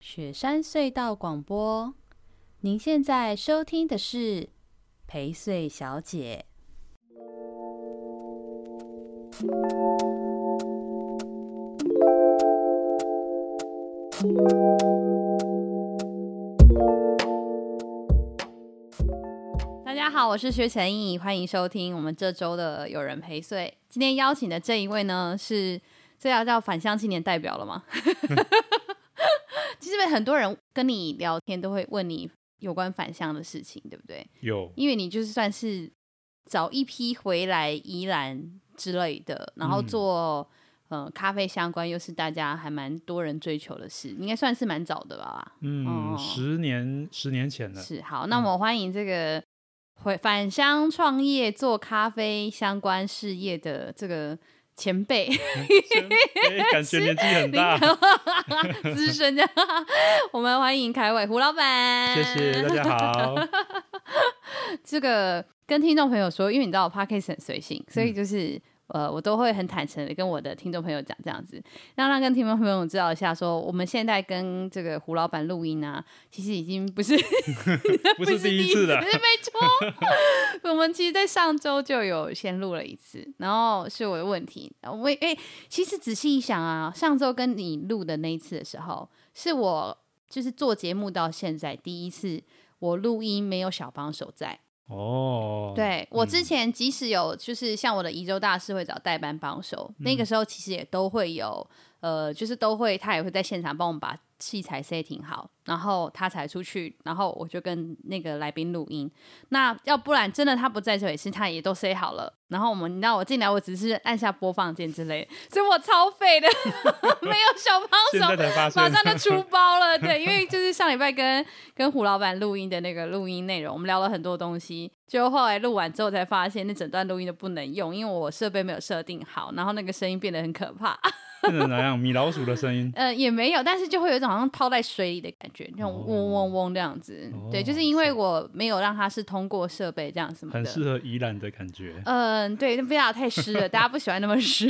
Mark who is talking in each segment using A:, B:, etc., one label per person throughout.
A: 雪山隧道广播。您现在收听的是陪睡小姐。大家好，我是薛晨毅，欢迎收听我们这周的有人陪睡。今天邀请的这一位呢，是这要叫返乡青年代表了吗？其实很多人跟你聊天都会问你有关返乡的事情，对不对？
B: 有
A: 因为你就是算是早一批回来宜兰之类的，然后
B: 嗯
A: 做、呃咖啡相关，又是大家还蛮多人追求的事，应该算是蛮早的吧？哦
B: 嗯，十年十年前的，
A: 是好，那我们欢迎这个回返乡创业做咖啡相关事业的这个前辈
B: 哎，感觉年纪很大。
A: 资深的， 我们欢迎凯伟胡老板，
B: 谢谢大家好，
A: 这个跟听众朋友说，因为你知道我 podcast 很随性，所
B: 嗯
A: 以就是、呃，我都会很坦诚的跟我的听众朋友讲这样子，让让跟听众朋友知道一下说我们现在跟这个胡老板录音啊，其实已经不是
B: 不是第一次 的
A: 不，是没错。我 们其实，在上周就有先录了一次，然后是我的问题。我也哎、其实仔细一想啊，上周跟你录的那一次的时候，是我就是做节目到现在第一次我录音没有小帮手在。
B: 哦，
A: 对我之
B: 嗯
A: 前即使有就是像我的宜州大师会找代班帮手，那
B: 嗯
A: 个时候其实也都会有呃，就是都会他也会在现场帮我们把器材 setting 好，然后他才出去，然后我就跟那个来宾录音。那要不然真的他不在这里是他也都 set 好了，然后我们你知道我进来我只是按下播放键之类的，所以我超废的， 没有小
B: 现
A: 帮手
B: 在，才发
A: 马
B: 现，
A: 上就出包了。对，因为就是上礼拜跟跟胡老板录音的那个录音内容，我们聊了很多东西，就后来录完之后才发现，那整段录音都不能用，因为我设备没有设定好，然后那个声音变得很可怕。
B: 变成哪样？米老鼠的声 音，
A: 呃，也没有，但是就会有一种好像泡在水里的感觉，那种嗡嗡嗡这样子。
B: 哦
A: 对，就是因为我没有让它是通过设备这样什么
B: 很
A: 的。
B: 适合宜兰的感觉。
A: 嗯，对，不要太湿了，大家不喜欢那么湿。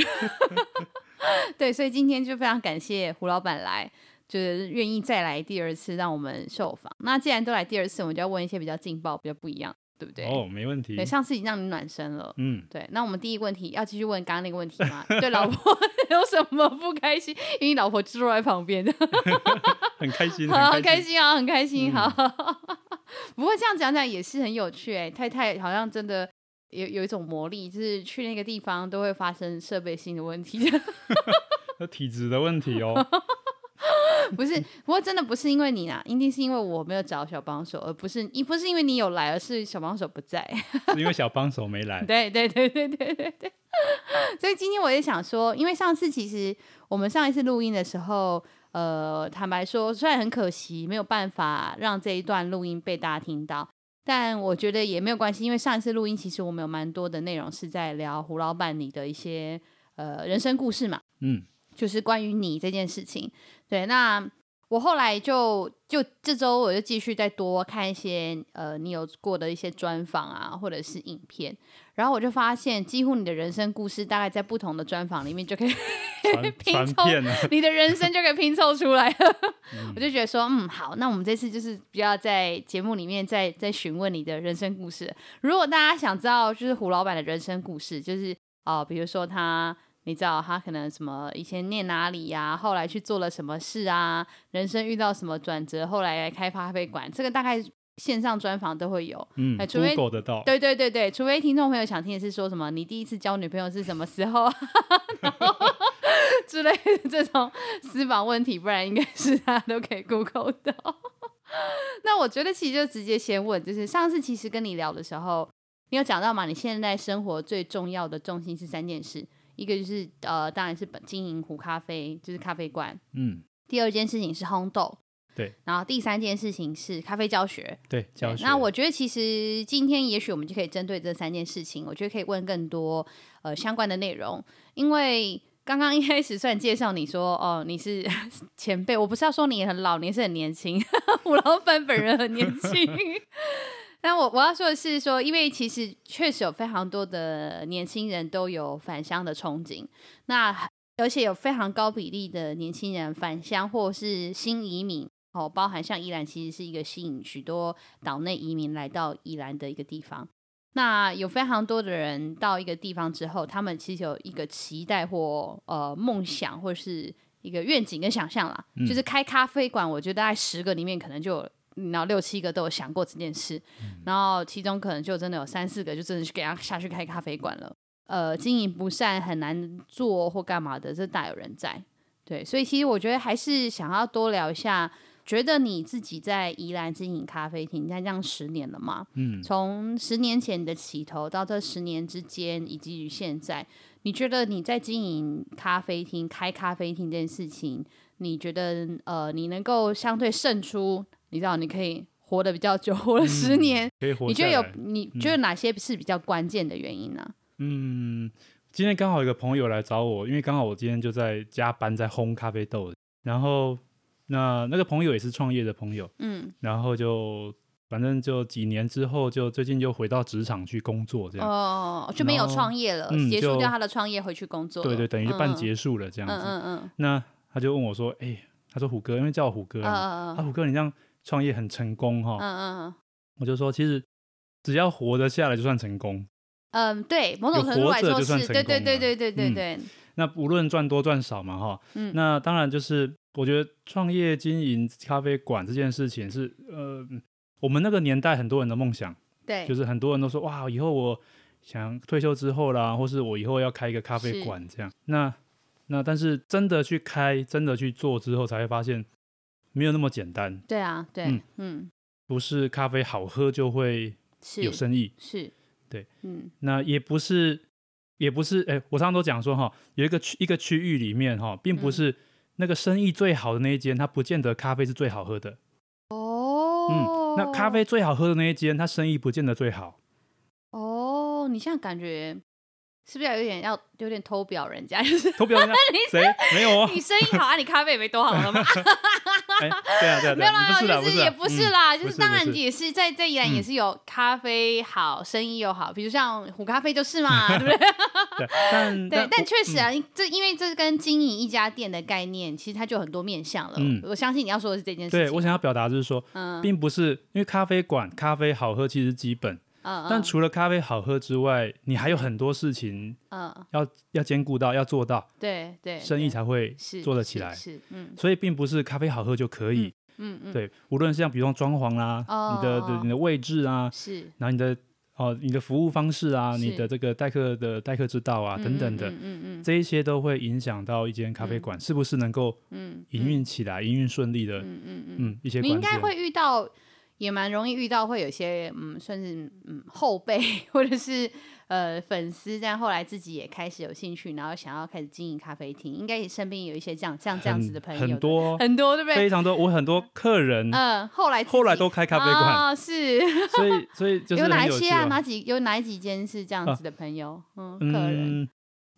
A: 对，所以今天就非常感谢胡老板来，就是愿意再来第二次让我们受访。那既然都来第二次，我们就要问一些比较劲爆、比较不一样，对不对？
B: 哦，没问题
A: 对，。上次已经让你暖身了。
B: 嗯，
A: 对，那我们第一个问题要继续问刚刚那个问题吗？ 对老婆有什么不开心？因为你老婆就坐在旁边，
B: 很开 心，
A: 好，
B: 很
A: 很开
B: 开心。嗯
A: 心啊，很开心。好， 不过这样讲讲也是很有趣哎、太太好像真的有有一种魔力，就是去那个地方都会发生设备性的问题，
B: 那体质的问题哦，
A: 不是？不过真的不是因为你啦，一定是因为我没有找小帮手，而不是不是因为你有来，而是小帮手不在。
B: 是因为小帮手没 来。
A: 对对对对对对对。 所以今天我也想说，因为上次其实我们上一次录音的时候，呃，坦白说，虽然很可惜没有办法让这一段录音被大家听到，但我觉得也没有关系，因为上一次录音其实我们有蛮多的内容是在聊胡老板你的一些呃人生故事嘛。
B: 嗯，
A: 就是关于你这件事情。对，那我后来就就这周我就继续再多看一些呃你有过的一些专访啊，或者是影片，然后我就发现，几乎你的人生故事大概在不同的专访里面就可以
B: 传
A: 拼
B: 传
A: 凑
B: 片啊，
A: 你的人生就可以拼凑出来了。我就觉得说，嗯，好，那我们这次就是不要在节目里面再再询问你的人生故事了。如果大家想知道，就是胡老板的人生故事，就是哦、呃比如说他。你知道他可能什么以前念哪里呀、后来去做了什么事啊？人生遇到什么转折？后来来开咖啡馆，这个大概线上专访都会有。
B: 嗯
A: 哎除非
B: ，Google 得到。
A: 对对对对，除非听众朋友想听的是说什么，你第一次交女朋友是什么时候，然后之类的这种私房问题，不然应该是大家都可以 Google 到。 那我觉得其实就直接先问，就是上次其实跟你聊的时候，你有讲到嘛，你现在生活最重要的重心是三件事，一个就是呃，当然是本经营壶咖啡，就是咖啡馆；
B: 嗯，
A: 第二件事情是烘豆，
B: 对；
A: 然后第三件事情是咖啡教学，
B: 对，教
A: 对
B: 学。
A: 那我觉得其实今天也许我们就可以针对这三件事情，我觉得可以问更多呃相关的内容，因为刚刚一开始虽然介绍你说哦你是 前辈，我不是要说你很老，你是很年轻，胡老板本人很年轻。 但我我要说的是说，因为其实确实有非常多的年轻人都有返乡的憧憬，那而且有非常高比例的年轻人返乡或是新移民，哦，包含像宜兰其实是一个吸引许多岛内移民来到宜兰的一个地方。那有非常多的人到一个地方之后，他们其实有一个期待或呃梦想，或是一个愿景跟想象啦。
B: 嗯
A: 就是开咖啡馆，我觉得大概十个里面可能就有，嗯然后六七个都有想过这件事，然后其中可能就真的有三四个就真的去给他下去开咖啡馆了。呃，经营不善很难做或干嘛的，这大有人在。对，所以其实我觉得还是想要多聊一下，觉得你自己在宜兰经营咖啡厅，你看这样十年了嘛？
B: 嗯，
A: 从十年前的起头到这十年之间，以及于现在，你觉得你在经营咖啡厅、开咖啡厅这件事情，你觉得呃，你能够相对胜出？你知道，你可以活得比较久，活了十年，
B: 可嗯以活
A: 你觉得
B: 下
A: 有
B: 来？
A: 你觉得哪些是比较关键的原因呢、
B: 嗯，今天刚好有个朋友来找我，因为刚好我今天就在加班在烘咖啡豆，然后那那个朋友也是创业的朋友，
A: 嗯，
B: 然后就反正就几年之后，就最近又回到职场去工作这样。
A: 哦，就没有
B: 然后
A: 创业了，
B: 嗯
A: 结束
B: 就
A: 掉他的创业，回去工作了。
B: 对对，等于就半
A: 嗯
B: 结束了这样
A: 嗯
B: 子。
A: 嗯嗯
B: 那他就问我说：“哎、他说虎哥，因为叫我虎哥
A: 嗯
B: 啊，
A: 嗯
B: 啊
A: 嗯
B: 虎哥，你这样创业很成功哈、
A: 嗯嗯
B: 我就说：“其实只要活得下来就算成功。
A: 嗯，对，某种
B: 有
A: 程度
B: 活
A: 来
B: 着
A: 说
B: 就算
A: 是
B: 成
A: 对对
B: 功
A: 对
B: 了
A: 对对对
B: 嗯
A: 对，
B: 那无论赚多赚少嘛哈。
A: 嗯
B: 那当然就是我觉得创业经营咖啡馆这件事情是呃，我们那个年代很多人的梦想，
A: 对，
B: 就是很多人都说哇，以后我想退休之后啦，或是我以后要开一个咖啡
A: 是
B: 馆这样。那那但是真的去开，真的去做之后，才会发现没有那么简单，
A: 对啊，对，嗯
B: 嗯不是咖啡好喝就会
A: 是
B: 有生意。
A: 是，
B: 对，
A: 嗯
B: 那也不是，也不是，哎、我常常都讲说哈，有一个区一个区域里面哈，并不
A: 嗯
B: 是那个生意最好的那一间，它不见得咖啡是最好喝的。
A: 哦，
B: 嗯那咖啡最好喝的那一间，它生意不见得最好。
A: 哦，你现在感觉是不是要有点要有点偷表人家？ 就是
B: 投标人家谁没有哦？
A: 你生意好啊，你咖啡也没多 好喝嘛，啊
B: 哎、对啊， 对啊，
A: 没
B: 对
A: 有
B: 啊，
A: 啦，没有，
B: 不是啦，
A: 就是是
B: 啦
A: 也不
B: 嗯
A: 是啦，就
B: 不
A: 是
B: 是
A: 当
B: 不
A: 然
B: 是
A: 也是在在宜兰也
B: 嗯
A: 是有咖啡好，生意又好，比如像虎咖啡就是 嘛，对不对？
B: 对，但嗯
A: 对，但
B: 我
A: 确实啊，因这因为这跟经营一家店的概念，其实它就有很多面向了。
B: 嗯
A: 我相信你要说的是这件事情。
B: 对我想要表达就是说，
A: 嗯
B: 并不是因为咖啡馆咖啡好喝其实基本，
A: 嗯，
B: 但
A: 嗯
B: 除了咖啡好喝之外，你还有很多事情
A: 嗯，
B: 要要兼顾到，要做到，
A: 对对，
B: 生意
A: 对
B: 才会
A: 是
B: 做得
A: 是
B: 起来。
A: 是嗯
B: 所以并不是咖啡好喝就可以，
A: 嗯嗯，
B: 对，无论是像比如说装潢啦、
A: 哦
B: 你的的你的位置啊，
A: 是
B: 然后你的哦你的服务方式啊，
A: 是
B: 你的这个待客的待客之道啊
A: 嗯
B: 等等的，
A: 嗯嗯嗯
B: 这一些都会影响到一间咖啡馆是不是能够
A: 嗯
B: 营运起来、营运顺利的，
A: 嗯嗯嗯嗯，
B: 嗯，一些
A: 你
B: 关键。
A: 应该会遇到，也蛮容易遇到会有一些嗯，算是嗯后辈或者是呃粉丝，但后来自己也开始有兴趣，然后想要开始经营咖啡厅，应该也身边有一些这样像这样子
B: 很
A: 的朋友，
B: 很多
A: 很多对不对？
B: 非常多，我很多客人
A: 嗯，后来自
B: 后来
A: 己
B: 都开咖啡馆，
A: 啊是。
B: 所以所以就是
A: 有哪
B: 很
A: 一
B: 有趣
A: 些啊？
B: 哦
A: 哪几有哪几间是这样
B: 啊
A: 子的朋友？嗯，个人
B: 嗯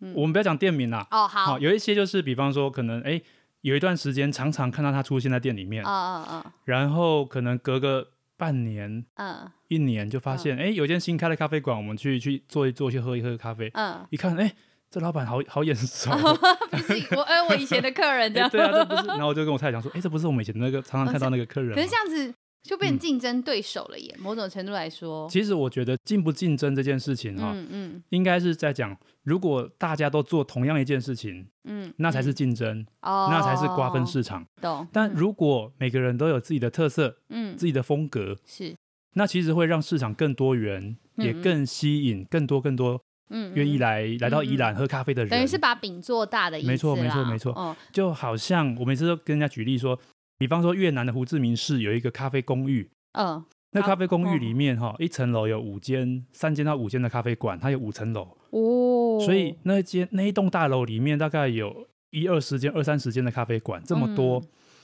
A: 嗯，
B: 我们不要讲店名啦，
A: 哦，好，
B: 好，有一些就是比方说可能哎。有一段时间，常常看到他出现在店里面
A: 啊，啊
B: 然后可能隔个半年、
A: 啊，
B: 一年，就发
A: 嗯
B: 现哎、有间新开的咖啡馆，我们去去坐一坐，去喝一喝咖啡。
A: 嗯
B: 一看，哎，这老板好好眼熟。
A: 嗯，不是我，哎，我以前的客人这
B: 哎
A: 样，
B: 对啊，这不是。然后我就跟我太太讲说，哎，这不是我们以前那个常常看到那个客人吗。
A: 可是哦这样子就变
B: 嗯
A: 竞争对手了耶，某种程度来说，
B: 其实我觉得竞不竞争这件事情哈、
A: 嗯嗯
B: 应该是在讲，如果大家都做同样一件事情，
A: 嗯，
B: 那才是
A: 嗯
B: 竞争，
A: 哦，
B: 那才是瓜分市场。
A: 懂，
B: 但
A: 嗯
B: 如果每个人都有自己的特色、
A: 嗯
B: 自己的风格，
A: 是
B: 那其实会让市场更多元，
A: 嗯
B: 也更吸引更多更多
A: 嗯
B: 愿意。
A: 嗯嗯
B: 来、来到宜兰喝咖啡的人。
A: 等于是把饼做大的意思
B: 没错没错
A: 啦
B: 没错
A: 哦，
B: 就好像我每次都跟人家举例说，比方说越南的胡志明市有一个咖啡公寓，
A: 嗯，
B: 那
A: 好
B: 咖啡公寓里面
A: 哦
B: 哈、一层楼有五间、三间到五间的咖啡馆，它有五层楼，
A: 哦，
B: 所以那间那一栋大楼里面大概有一二十间、二三十间的咖啡馆，这么多，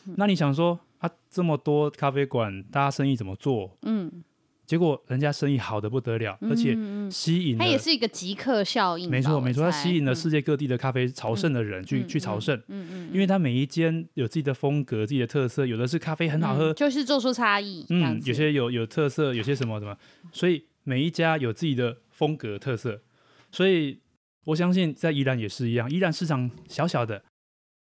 A: 嗯嗯
B: 那你想说啊，这么多咖啡馆，大家生意怎么做？
A: 嗯，
B: 结果人家生意好的不得了，
A: 嗯，
B: 而且
A: 嗯嗯
B: 吸引了
A: 它也是一个即刻效应吧，
B: 没错
A: 我
B: 没错，它
A: 猜
B: 吸引了
A: 嗯
B: 世界各地的咖啡朝圣的人去、
A: 嗯
B: 去朝圣。
A: 嗯嗯，
B: 因为它每一间有自己的风格、自己的特色，有的是咖啡很好喝
A: 嗯，就是做出差异。这样
B: 嗯，
A: 子
B: 有些有有特色，有些什么什么，所以每一家有自己的风格特色，所以我相信在宜兰也是一样，宜兰市场小小的，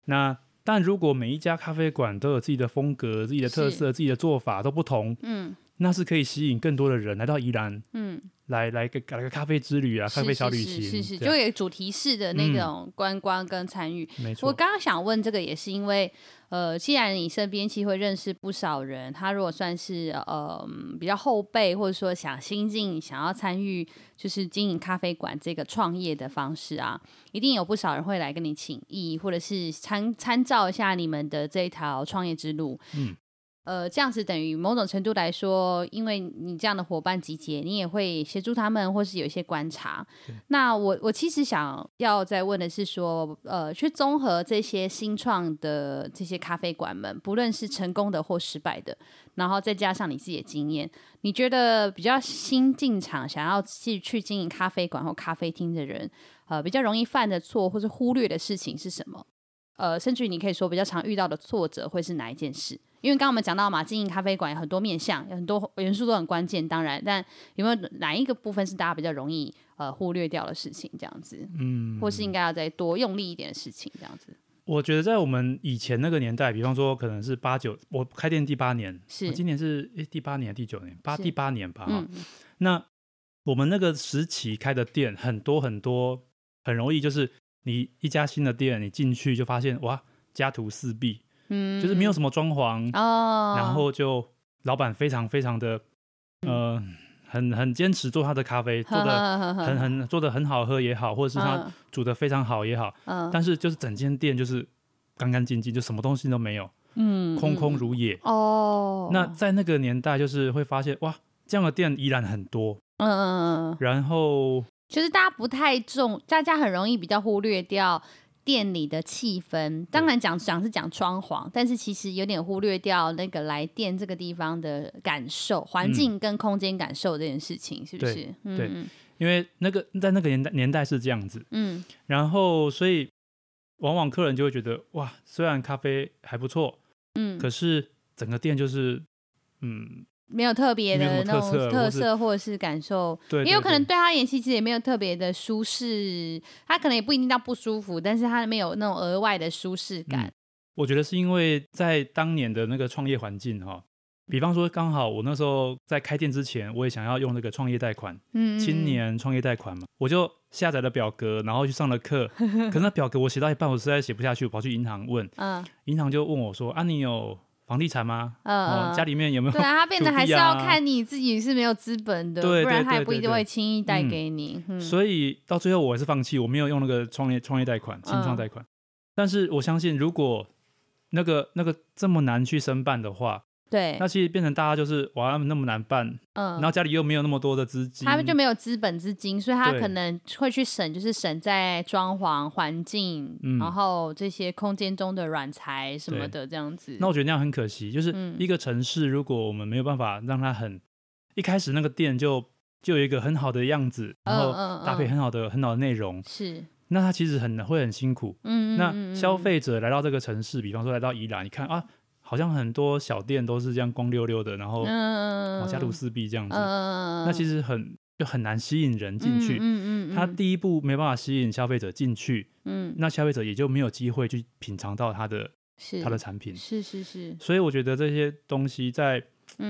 B: 那但如果每一家咖啡馆都有自己的风格、自己的特
A: 是
B: 色、自己的做法都不同，
A: 嗯
B: 那是可以吸引更多的人来到宜兰，
A: 嗯，
B: 来来个来个咖啡之旅啊，咖
A: 是
B: 啡小旅
A: 是
B: 行，
A: 是是是，
B: 这
A: 就
B: 样
A: 有主题式的那种观光跟参与。
B: 没
A: 我
B: 错，
A: 刚刚想问这个，也是因为，呃，既然你身边其实会认识不少人，他如果算是呃嗯比较后辈，或者说想新进、想要参与，就是经营咖啡馆这个创业的方式啊，一定有不少人会来跟你请益，或者是参参照一下你们的这一条创业之路。
B: 嗯。
A: 呃，这样子等于某种程度来说，因为你这样的伙伴集结，你也会协助他们，或是有一些观察。那我我其实想要再问的是说，呃，去综合这些新创的这些咖啡馆们，不论是成功的或失败的，然后再加上你自己的经验，你觉得比较新进场想要去去经营咖啡馆或咖啡厅的人，呃，比较容易犯的错或是忽略的事情是什么？呃，甚至于你可以说比较常遇到的挫折会是哪一件事？因为刚刚我们讲到嘛，经营咖啡馆有很多面向，有很多元素都很关键。当然，但有没有哪一个部分是大家比较容易呃忽略掉的事情？这样子，
B: 嗯，
A: 或是应该要再多用力一点的事情，这样子
B: 我觉得在我们以前那个年代，比方说可能是八九，我开店第八年，
A: 是
B: 我今年是诶第八年、第九年，八
A: 是
B: 第八年吧，哈
A: 嗯，
B: 那我们那个时期开的店很多很多，很容易就是你一家新的店，你进去就发现哇，家徒四壁，
A: 嗯，
B: 就是没有什么装潢，
A: 哦，嗯
B: 然后就老板非常非常的呃，很很坚持做他的咖啡，做的
A: 呵呵呵
B: 很很做的很好喝也好，或者是他
A: 嗯
B: 煮的非常好也好，
A: 嗯
B: 但是就是整间店就是干干净净，就什么东西都没有，
A: 嗯
B: 空空
A: 嗯
B: 如也。
A: 哦，
B: 那
A: 嗯
B: 在那个年代，就是会发现哇，这样的店依然很多，
A: 嗯嗯嗯，
B: 然后。
A: 就是大家不太重，大家很容易比较忽略掉。店里的气氛，当然讲讲是讲装潢，但是其实有点忽略掉那个来店这个地方的感受、环
B: 嗯
A: 境跟空间感受这件事情，是不
B: 对
A: 是？
B: 对
A: 嗯
B: 因为那个在那个年代年代是这样子，
A: 嗯
B: 然后所以往往客人就会觉得哇，虽然咖啡还不错，
A: 嗯，
B: 可是整个店就是嗯，
A: 没有特别
B: 没有
A: 的
B: 什么
A: 那种
B: 特色
A: 特
B: 或是
A: 色或者是感受，
B: 对，
A: 也有可能
B: 对
A: 对他而言，其实也没有特别的舒适，他可能也不一定到不舒服，但是他没有那种额外的舒适感
B: 嗯。我觉得是因为在当年的那个创业环境哈、比方说刚好我那时候在开店之前，我也想要用那个创业贷款，
A: 嗯，嗯
B: 青，年创业贷款嘛，我就下载了表格，然后去上 了课，可是那表格我写到一半，我实在写不下去，我跑去银行问，
A: 嗯
B: 银行就问我说啊，你有房地产吗？
A: 嗯
B: 哦，家
A: 里
B: 里面有没有
A: 对啊，他变得
B: 土地
A: 还是要
B: 啊
A: 看你自己是没有资本的，
B: 对
A: 不然
B: 对
A: 他也
B: 对
A: 不
B: 对
A: 一定
B: 对
A: 会轻易带
B: 嗯
A: 给你。嗯
B: 所以到最后我还是放弃，我没有用那个创业创业贷
A: 嗯
B: 款、清创贷款。但是我相信，如果那个那个这么难去申办的话，
A: 对
B: 那，其实变成大家就是哇，那么那么难办，然
A: 嗯。
B: 后家里又没有那么多的资金，
A: 他们就没有资本资金，所以他
B: 对
A: 可能会去省，就是省在装潢、环境，
B: 嗯
A: 然后这些空间中的软材什么
B: 对
A: 的，这样子。
B: 那我觉得那样很可惜，就是
A: 嗯
B: 一个城市，如果我们没有办法让它很一开始那个店就就有一个很好的样子，然后
A: 嗯嗯
B: 搭配
A: 嗯
B: 很好的很好的内容，
A: 是，
B: 那它其实很会很辛苦。
A: 嗯，
B: 那
A: 嗯
B: 消，
A: 嗯嗯
B: 费者来到这个城市，比方说来到宜兰，你看啊，好像很多小店都是这样光溜溜的，然后
A: 嗯，
B: 哦家徒
A: 嗯
B: 四壁这样子，
A: 嗯，
B: 那其
A: 实
B: 实很就很难吸引人进去。
A: 嗯嗯嗯，
B: 他
A: 嗯
B: 第一步没办法吸引消费者进去，
A: 嗯
B: 那消费者也就没有机会去品尝到他的
A: 是
B: 他的产品。
A: 是是是，
B: 所以我觉得这些东西在，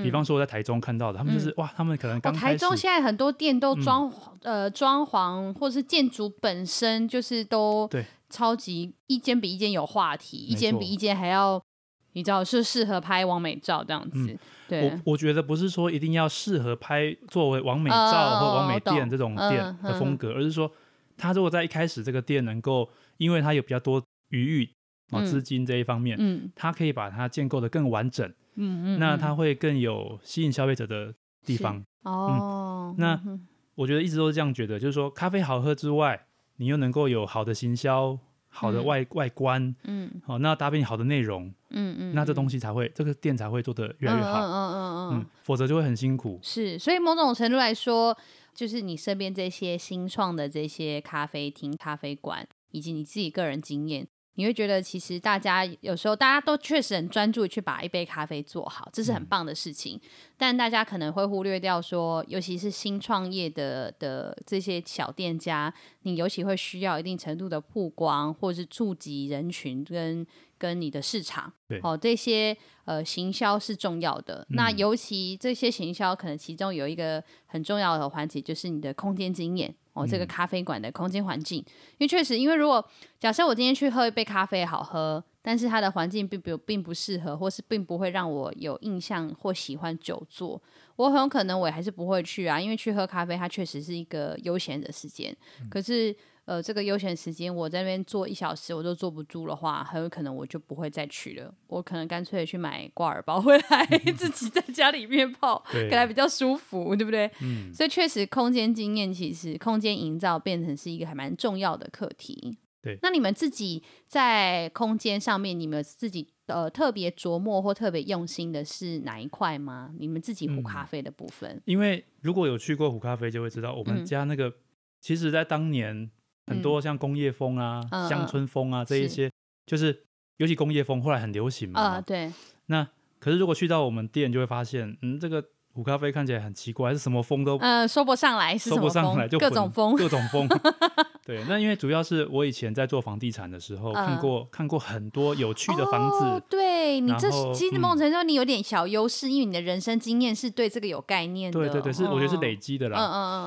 B: 比方
A: 嗯
B: 说我在台中看到的，他们就是、哇，他们可能
A: 哦，
B: 刚
A: 台
B: 开始，
A: 中现在很多店都
B: 嗯
A: 装潢、呃装潢或是建筑本身就是都
B: 对
A: 超级一间比一间有话题，一
B: 没
A: 间比
B: 错
A: 一间还要。你知道是适合拍完美照这样子，对，
B: 嗯我我觉得不是说一定要适合拍作为完美
A: 哦
B: 照
A: 哦
B: 或完
A: 我
B: 美
A: 懂
B: 店这种
A: 嗯
B: 店的风格，而是说他如果在一开始这个店能够，因为他有比较多余裕哦
A: 嗯
B: 资金这一方面，
A: 嗯
B: 他可以把它建构的更完整，
A: 嗯嗯，
B: 那
A: 嗯
B: 它会更有吸引消费者的地
A: 是
B: 方。
A: 哦，
B: 那
A: 嗯哼
B: 我觉得一直都是这样觉得，就是说咖啡好喝之外，你又能够有好的行销、好的
A: 嗯
B: 外、外观，
A: 嗯
B: 好、那搭配好的内容，
A: 嗯嗯，
B: 那这
A: 西
B: 东西才会这个店才会做得越来越
A: 嗯
B: 好，
A: 嗯嗯嗯嗯，
B: 否则就会很 辛苦。
A: 是，所以某种程度来说，就是你身边这些新创的这些咖啡厅、咖啡馆，以及你自己个人经验，你会觉得其实大家有时候大家都确实很专注地去把一杯咖啡做好，这是很棒的事情。但大家可能会忽略掉说，尤其是新创业的的这些小店家，你尤其会需要一定程度的曝光，或是触及人群跟跟你的市场，
B: 对
A: 哦，这些呃行销是重要的。那
B: 嗯
A: 尤其这些行销，可能其中有一个很重要的环节就是你的空间经验哦，这个
B: 嗯
A: 咖啡馆的空间环境，因为确实，因为如果假设我今天去喝一杯咖啡好喝，但是它的环境并不并不适合，或是并不会让我有印象或喜欢久坐，我很有可能我还是不会去啊，因为去喝咖啡它确实是一个悠闲的时间，
B: 嗯
A: 可是。呃，这个悠闲时间我在那边坐一小时，我都坐不住的话，很有可能我就不会再去了。我可能干脆去买挂耳包回来， 自己在家里面泡，
B: 对
A: 可能比较舒服，对不对？
B: 嗯，
A: 所以确实，空间经验其实空间营造变成是一个还蛮重要的课题。
B: 对
A: 那你们自己在空间上面，你们有自己呃特别琢磨或特别用心的是哪一块吗？你们自己壶
B: 嗯
A: 咖啡的部分，
B: 因为如果有去过虎咖啡，就会知道我
A: 嗯
B: 们家那个，其实，在当年很多像工业风啊、
A: 嗯嗯
B: 乡村风啊这一
A: 是
B: 些，就是尤其工业风后来很流行嘛。
A: 啊，对，
B: 那可是如果去到我们店，就会发现，嗯，这个虎咖啡看起来很奇怪，是什么风都
A: 呃，说不上来是
B: 收
A: 什么
B: 不上
A: 风，
B: 来，就
A: 各
B: 混
A: 种风，
B: 各种 风。对，那因为主要是我以前在做房地产的时候，看
A: 嗯
B: 过看过很多有趣的房
A: 哦
B: 子，、
A: 对你
B: 然
A: 这
B: 后
A: 其实
B: 嗯
A: 某种程度你有点小优势，因为你的人生经验是对这个有概念的。
B: 对对对，是我觉得是累积的
A: 嗯
B: 啦。
A: 嗯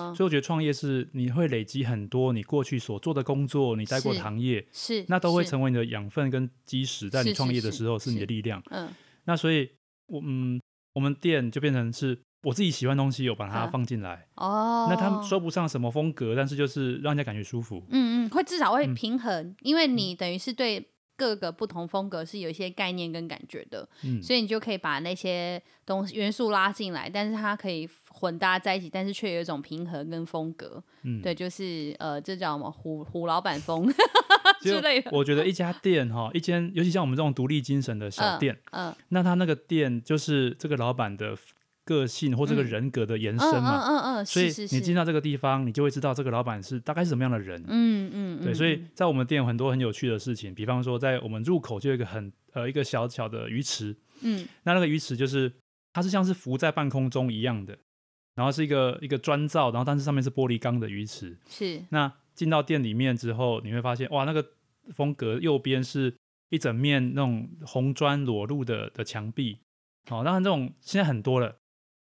A: 嗯嗯，
B: 所以我觉得创业是你会累积很多你过去所做的工作，你待过
A: 是
B: 的行业，
A: 是
B: 那都会
A: 是
B: 成为你的养分跟基石，在
A: 是
B: 你
A: 是
B: 创业的
A: 是
B: 时候是
A: 是
B: 你的力量。
A: 嗯
B: 那所以，我嗯，我们店就变成是我自己喜欢的东西，有把它
A: 嗯
B: 放进来。
A: 哦，
B: 那他们说不上什么风格，但是就是让人家感觉舒服。
A: 嗯嗯，会至少会
B: 嗯
A: 平衡，因为你等于是对各个不同风格是有一些概念跟感觉的，
B: 嗯，
A: 所以你就可以把那些东西元素拉进来，但是它可以混搭在一起，但是却有一种平衡跟风格。
B: 嗯
A: 对，就是呃，这叫什么虎虎老板 风
B: 其实
A: 之类的。
B: 我觉得一家店哈，一间尤其像我们这种独立精神的小店，
A: 嗯，嗯
B: 那他那个店就是这个老板的个性或这个
A: 嗯
B: 人格的延
A: 嗯
B: 伸嘛。
A: 嗯嗯嗯，
B: 所以
A: 是是
B: 你进
A: 是
B: 到这个地方，你就会知道这个老板是大概是什么样的人。
A: 嗯嗯，
B: 对，
A: 嗯
B: 所以
A: 嗯
B: 在我们店有很多很有趣的事情，比方说在我们入口就有一个很呃一个小小的鱼池，
A: 嗯
B: 那那个鱼池就是它是像是浮在半空中一样的，然后是一个一个砖造，然后但是上面是玻璃钢的鱼池。
A: 是
B: 那进到店里面之后，你会发现哇，那个风格右边是一整面那种红砖裸露的的墙壁，哦，当然这种现在很多了，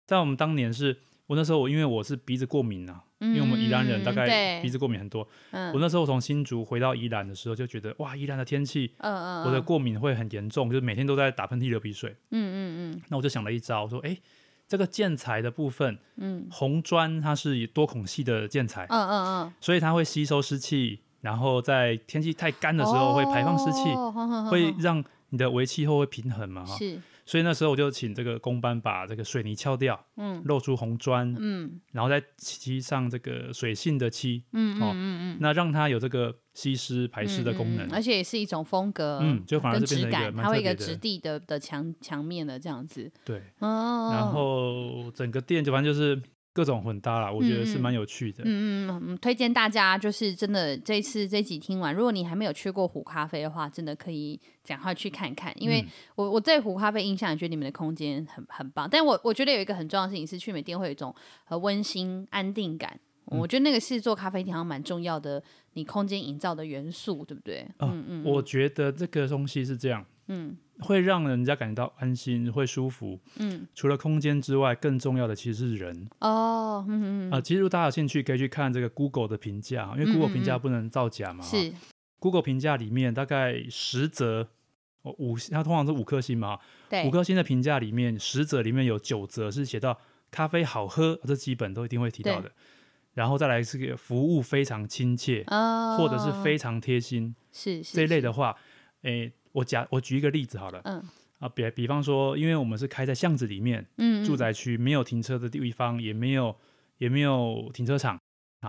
B: 在我们当年是我那时候我因为我是鼻子过敏啊，因为我们宜兰
A: 嗯
B: 人大概鼻
A: 子，
B: 子过敏很多，
A: 嗯
B: 我那时候从新竹回到宜兰的时候，就觉得哇，宜兰的天气，
A: 嗯嗯，
B: 我的
A: 嗯
B: 过敏会很严重，就是每天都在打喷嚏、流鼻水。
A: 嗯嗯
B: 那我就想了一招，我说哎、诶这个建材的部分，
A: 嗯嗯
B: 红砖它是以多孔系的建材，
A: 嗯嗯
B: 所以它会吸收湿气，然后在天气太干
A: 嗯
B: 的时候会排放湿气，
A: 哦哼哼哼
B: 会啊
A: 哼
B: 让你的微气候会平衡嘛哈。
A: 是
B: 所以那时候我就请这个工班把这个水泥敲掉，
A: 嗯
B: 露出红砖，
A: 嗯
B: 然后再漆上这个水性的漆，
A: 嗯嗯
B: 哦
A: 嗯嗯，
B: 那让它有这个吸湿排湿的功能
A: 嗯嗯嗯。而且也是一种风格，
B: 嗯就反而
A: 跟
B: 是
A: 质
B: 变成一个
A: 感，
B: 蛮
A: 它会
B: 特
A: 一个
B: 别
A: 质
B: 的
A: 地的的墙墙面的这样子，
B: 对，
A: 哦，
B: 然后整个店就反正就是各种混搭啦，我觉得是
A: 嗯嗯
B: 蛮有趣的。
A: 嗯嗯嗯，推荐大家就是真的这一次这集听完，如果你还没有去过虎咖啡的话，真的可以赶快去看看，因为
B: 嗯
A: 我我对虎咖啡印象，也觉得你们的空间很很棒。但我我觉得有一个很重要的事情是，去美店会有一种呃温馨安定感。
B: 嗯
A: 我觉得那个是做咖啡厅好像蛮重要的，你空间营造的元素，对不对？
B: 哦
A: 嗯嗯，
B: 我觉得这个东西是这样，
A: 嗯
B: 会让人家感觉到安心，会舒服。
A: 嗯
B: 除了空间之外，更重要的其实是人
A: 哦，嗯嗯
B: 啊、
A: 嗯，
B: 呃其实如果大家有兴趣，可以去看这个 Google 的评价，因为 Google
A: 嗯嗯
B: 评价
A: 嗯
B: 不能造假嘛。哈
A: 是
B: Google 评价里面大概十则。哦五，它通常是五颗星嘛，
A: 对
B: 五，颗星的评价里面，十则里面有九则是写到咖啡好喝，这基本都一定会提到
A: 对
B: 的。然后再来是个服务非常亲切，
A: 哦，
B: 或者是非常贴心
A: 是是
B: 这一类
A: 是
B: 的话，诶，我假我举一个例子好了
A: 嗯
B: 啊，比比方说，因为我们是开在巷子里面，
A: 嗯
B: 住宅区没有停车的地方，也没有也没有停车场，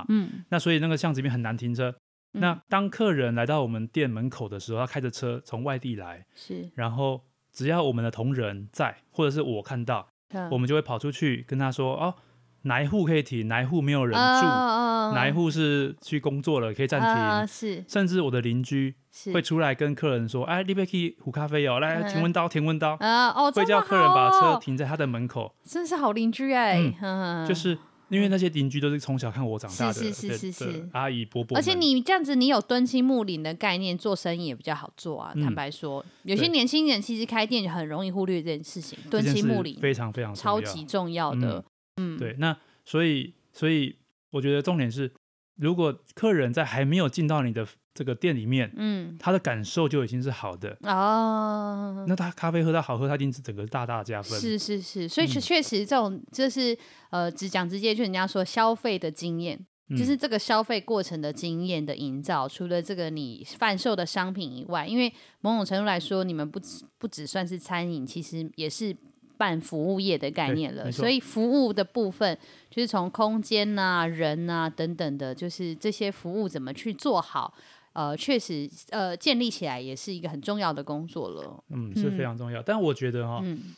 A: 嗯
B: 那所以那个巷子里面很难停车。
A: 嗯
B: 那当客人来到我们店门口的时候，他开着车从外地来，
A: 是
B: 然后只要我们的同仁在，或者是我看到，
A: 嗯
B: 我们就会跑出去跟他说哦，哪一户可以停，哪一户没有人住，
A: 哦
B: 哪一户是去工作了可以暂停，
A: 啊是
B: 甚至我的邻居
A: 是
B: 会出来跟客人说：“哎，你别去虎咖啡哦，来
A: 嗯
B: 停温刀，停温刀。
A: 啊哦，
B: 会
A: 这么
B: 叫客人把
A: 好
B: 车
A: 哦，
B: 停在他的门口，
A: 真是好邻居哎
B: 嗯，
A: 嗯
B: 就是因为那些邻居都是从小看我长大的，
A: 是是是是
B: 对对
A: 是
B: 阿姨伯伯们，
A: 而且你这样子，你有敦亲睦邻的概念，做生意也比较好做啊。
B: 嗯
A: 坦白说，有些
B: 对
A: 年轻人其实开店很容易忽略这件事情，
B: 这
A: 敦
B: 件
A: 亲
B: 事
A: 睦邻
B: 非常非常重
A: 超
B: 要
A: 级重要的。嗯，
B: 对，那所以所以我觉得重点是，如果客人在还没有进到你的这个店里面，
A: 嗯，
B: 他的感受就已经是好的，
A: 哦，
B: 那他咖啡喝到好喝，他一定是整个大大加分。
A: 是是是，所以确
B: 嗯
A: 确实这种就是呃，只讲直接，就人家说消费的经验，
B: 嗯，
A: 就是这个消费过程的经验的营造，除了这个你贩售的商品以外，因为某种程度来说，你们不只不只算是餐饮，其实也是办服务业的概
B: 对
A: 念了。
B: 没错
A: 所以服务的部分，就是从空间呐、人呐、等等的，就是这些服务怎么去做好，呃，确实呃建立起来也是一个很重要的工作了。
B: 嗯是非
A: 嗯
B: 常重要。但我觉得哈、
A: 嗯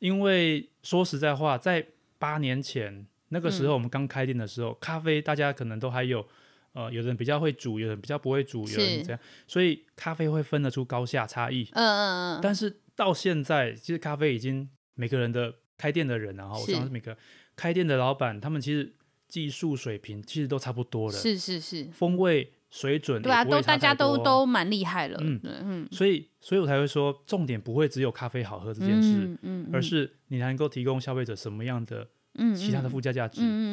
B: 因为说实在话，在八年前那个时
A: 嗯
B: 候，我们刚开店的时候，咖啡大家可能都还有，呃，有人比较会煮，有人比较不会煮，有人
A: 是
B: 怎样，所以咖啡会分得出高下差异。
A: 嗯嗯嗯，
B: 但是到现在，其实咖啡已经每个人的开店的人啊，然后我
A: 是
B: 想是每个开店的老板，他们其实技术水平其实都差不多了，
A: 是是是，
B: 风味水准
A: 对啊，
B: 也不会
A: 都
B: 差
A: 大家
B: 太多
A: 都都蛮厉害了。
B: 嗯
A: 对嗯
B: 所以所以我才会说，重点不会只有咖啡好喝这件事，
A: 嗯嗯，
B: 而是你能够提供消费者什么样的
A: 嗯
B: 其他的
A: 嗯
B: 附加价
A: 嗯
B: 值。
A: 嗯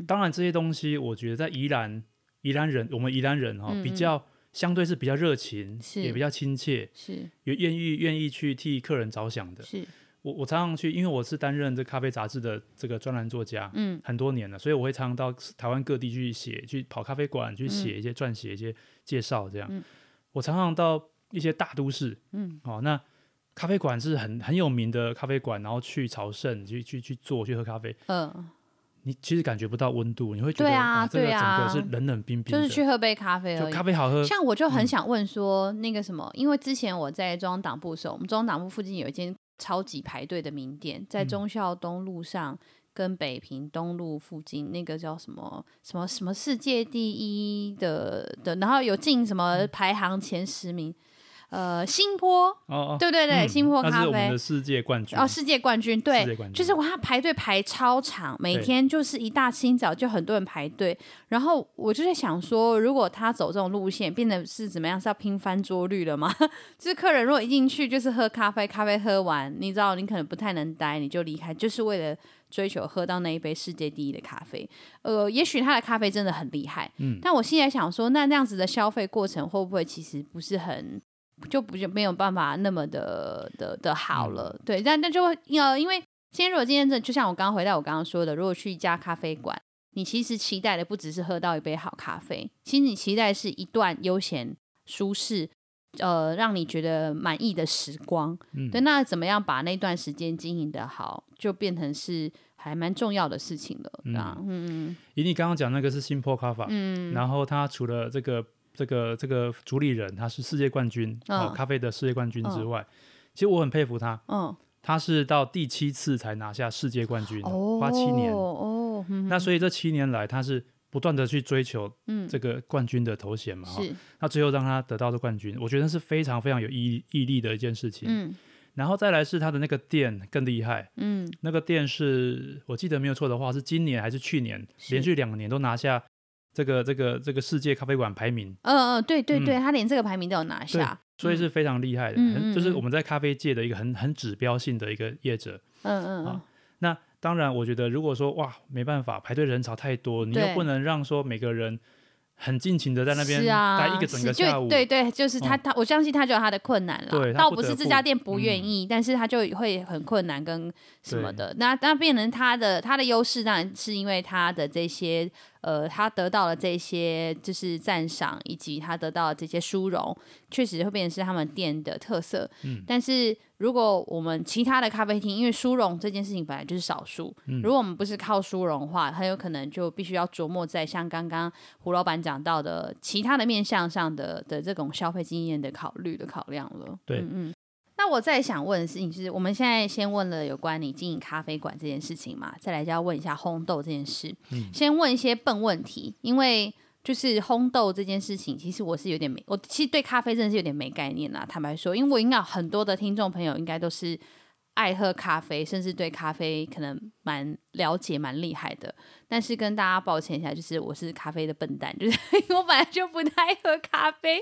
A: 嗯
B: 当然，这些东西我觉得在宜兰，宜兰人，我们宜兰人哈、
A: 嗯嗯
B: 比较相对是比较热情，
A: 是
B: 也比较亲切，
A: 是
B: 也愿意愿意去替客人着想的。
A: 是，
B: 我我常常去，因为我是担任这咖啡杂志的这个专栏作家，
A: 嗯
B: 很多年了，所以我会常常到台湾各地去写，去跑咖啡馆去写一些撰写一些介绍这样。
A: 嗯
B: 我常常到一些大都市，
A: 嗯
B: 哦，那咖啡馆是很很有名的咖啡馆，然后去朝圣，去去去坐去喝咖啡，
A: 嗯，
B: 你其实感觉不到温度，你会觉得
A: 对啊
B: 哇这个
A: 对
B: 整
A: 啊
B: 个是冷冷冰冰
A: 就
B: 的，
A: 是去喝杯咖啡而
B: 就
A: 已
B: 咖。啡嗯好喝，
A: 像我就很想问说，那个什么，因为之前我在中央党部的时候，我们中央党部附近有一间超级排队的名店，在
B: 嗯
A: 忠孝东路上跟北平东路附近，那个叫什么什么什么世界第一的的，然后有进什么
B: 嗯
A: 排行前十名，呃，新坡，
B: 哦哦，
A: 对对对，
B: 嗯
A: 新坡
B: 那
A: 咖
B: 是我们
A: 啡
B: 的，世界冠军
A: 哦，世界冠军，对
B: 世界，冠军
A: 就是我他排队排超长，每
B: 对
A: 天就是一大清早就很多人排队，然后我就在想说，如果他走这种路线，变得是怎么样？是要拼翻桌率了吗？ 就是客人如果一进去就是喝咖啡，咖啡喝完，你知道你可能不太能待，你就离开，就是为了追求喝到那一杯世界第一的咖啡。呃，也许他的咖啡真的很厉害，
B: 嗯
A: 但我现在想说，那那样子的消费过程会不会其实不是很？就不就没有办法那么的的的好
B: 嗯
A: 了，对，但那就会呃，因为今天如果今天这就像我刚刚回到我刚刚说的，如果去一家咖啡馆，你其实期待的不只是喝到一杯好咖啡，其实你期待是一段悠闲、舒适，呃，让你觉得满意的时光。
B: 嗯
A: 对，那怎么样把那段时间经营的好，就变成是还蛮重要的事情了。对啊，嗯
B: 以你刚刚讲那个是新坡咖啡，
A: 嗯
B: 然后他除了这个这个这个主理人他是世界冠军、哦
A: 嗯，
B: 咖啡的世界冠军之外，其实我很佩服他，
A: 嗯，
B: 他是到第七次才拿下世界冠军，
A: 哦，
B: 花七年。
A: 哦，嗯
B: 那所以这七年来，他是不断的去追求
A: 嗯
B: 这个冠军的头衔嘛，哈
A: 是嗯
B: 那最后让他得到这冠军，我觉得是非常非常有毅毅力的一件事情。
A: 嗯
B: 然后再来是他的那个店更厉害，
A: 嗯
B: 那个店是我记得没有错的话，是今年还是去年
A: 是
B: 连续两年都拿下这个这个这个世界咖啡馆排名，
A: 嗯嗯，对对
B: 嗯
A: 对，他连这个排名都有拿
B: 对
A: 下，
B: 所以是非常厉害的，
A: 嗯
B: 很
A: 嗯
B: 就是
A: 嗯
B: 我们在咖啡界的一个很很指标性的一个业者。
A: 嗯嗯嗯
B: 啊。那当然，我觉得如果说哇没办法，排队人潮太多，你又
A: 对
B: 不能让说每个人很尽情的在那边
A: 是啊，
B: 待一个整个
A: 是就
B: 下午，嗯
A: 对对，就是他、他，我相信他就有他的困难
B: 对
A: 了。
B: 他
A: 倒
B: 不嗯
A: 不
B: 得
A: 是这
B: 不
A: 家店不愿意，但是他就会很困难跟什么
B: 对
A: 的。那那变成他的他的优势，当然是因为他的这些呃，他得到了这些就是赞赏，以及他得到了这些殊荣，确实会变成是他们店的特色。
B: 嗯
A: 但是如果我们其他的咖啡厅，因为殊荣这件事情本来就是少数，
B: 嗯
A: 如果我们不是靠殊荣的话，很有可能就必须要琢磨在像刚刚胡老板讲到的其他的面向上的的这种消费经验的考虑的考量了。
B: 对
A: 嗯嗯。那我再想问的事情是，我们现在先问了有关你经营咖啡馆这件事情嘛，再来就要问一下烘豆这件事。
B: 嗯
A: 先问一些笨问题，因为就是烘豆这件事情，其实我是有点没，我其实对咖啡真的是有点没概念啦。坦白说，因为我应该有很多的听众朋友应该都是。爱喝咖啡，甚至对咖啡可能蛮了解、蛮厉害的。但是跟大家抱歉一下，就是我是咖啡的笨蛋，就是 因为我本来就不太喝咖啡，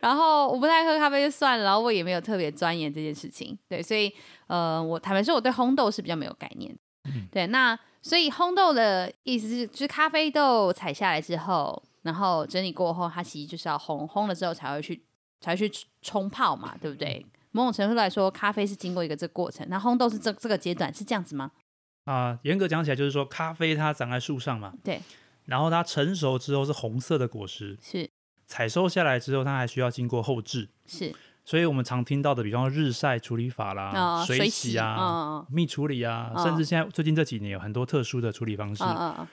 A: 然后我不太喝咖啡就算了，然后我也没有特别钻研这件事情。对，所以呃，我坦白说，我对烘豆是比较没有概念。
B: 嗯
A: 对，那所以烘豆的意思是，就是咖啡豆采下来之后，然后整理过后，它其实就是要烘，烘了之后才会去才会去冲泡嘛，对不对？
B: 嗯
A: 某种程度来说，咖啡是经过一个这个过程，那烘豆是这这个阶段是这样子吗？
B: 啊、严格讲起来就是说，咖啡它长在树上嘛，
A: 对，
B: 然后它成熟之后是红色的果实，
A: 是
B: 采收下来之后，它还需要经过后置，
A: 是
B: 所以我们常听到的，比方说日晒处理法啦、
A: 啊，水
B: 水洗嗯啊、
A: 嗯
B: 蜜处理啊，
A: 哦
B: 甚至现在最近这几年有很多特殊的处理方式。
A: 嗯嗯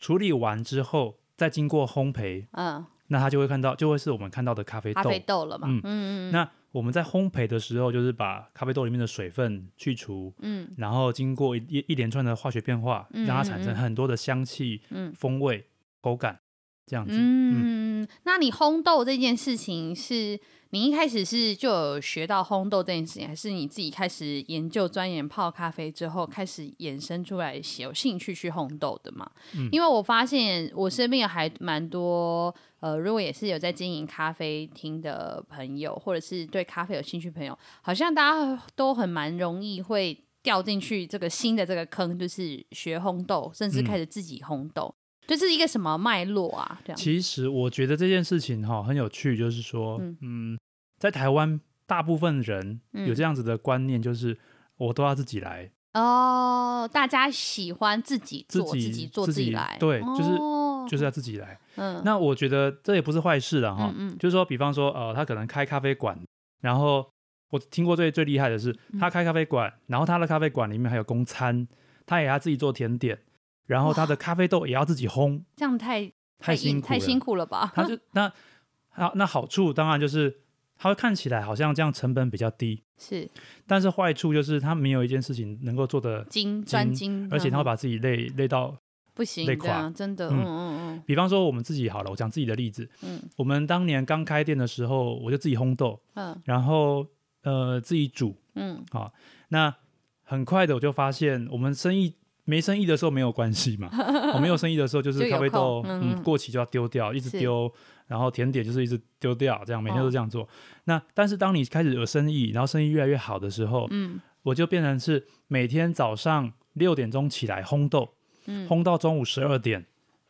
B: 处理完之后，再经过烘焙，
A: 嗯
B: 那它就会看到，就会是我们看到的咖啡
A: 嗯，
B: 豆。
A: 咖啡豆了嘛，
B: 嗯
A: 嗯嗯嗯
B: 那我们在烘焙的时候，就是把咖啡豆里面的水分去除，
A: 嗯
B: 然后经过一一一连串的化学变化，
A: 嗯
B: 让它产生很多的香气、
A: 嗯
B: 风味、口感，这样子。
A: 嗯，那你烘豆这件事情是你一开始是就有学到烘豆这件事情，还是你自己开始研究钻研泡咖啡之后，开始衍生出来有兴趣去烘豆的嘛？
B: 嗯
A: 因为我发现我身边有还蛮多呃，如果也是有在经营咖啡厅的朋友，或者是对咖啡有兴趣的朋友，好像大家都很蛮容易会掉进去这个新的这个坑，就是学烘豆，甚至
B: 嗯
A: 开始自己烘豆。这是一个什么脉络啊？这样
B: 其实我觉得这件事情哈、很有趣，就是说，嗯在台湾大部分人
A: 嗯
B: 有这样子的观念，就是、我都要自己来，
A: 哦，大家喜欢自己
B: 自
A: 做，自
B: 己
A: 己做，
B: 自
A: 自己
B: 己
A: 来，
B: 对就是
A: 哦
B: 就是要自己来。
A: 嗯
B: 那我觉得这也不是坏事了哈、
A: 嗯嗯
B: 就是说，比方说，呃，他可能开咖啡馆，然后我听过最最厉害的是，
A: 嗯
B: 他开咖啡馆，然后他的咖啡馆里面还有供餐，他也要自己做甜点，然后他的咖啡豆也要自己烘，
A: 这样太
B: 太
A: 硬
B: 辛苦
A: 太
B: 了。
A: 辛苦了 吧？
B: 他就那好，那好处当然就是它会看起来好像这样成本比较低，
A: 是
B: 但是坏处就是他没有一件事情能够做的，
A: 精专精，
B: 而且他会
A: 嗯
B: 把自己累累到。
A: 不行
B: 累
A: 这样
B: 垮
A: 真的，嗯
B: 嗯
A: 嗯
B: 比方说我们自己好了，我讲自己的例子，
A: 嗯
B: 我们当年刚开店的时候，我就自己烘豆，
A: 嗯
B: 然后呃自己煮，
A: 嗯
B: 那很快的我就发现，我们生意没生意的时候没有关系 嘛，我没有生意的时候就
A: 就是有
B: 咖啡豆
A: 空嗯
B: 嗯过期就要丢掉，一直
A: 是
B: 丢，然后甜点就是一直丢掉，这样每天
A: 哦
B: 都这样做。那但是当你开始有生意，然后生意越来越好的时候，
A: 嗯
B: 我就变成是每天早上六点钟起来烘豆，
A: 嗯
B: 烘到中午十二点。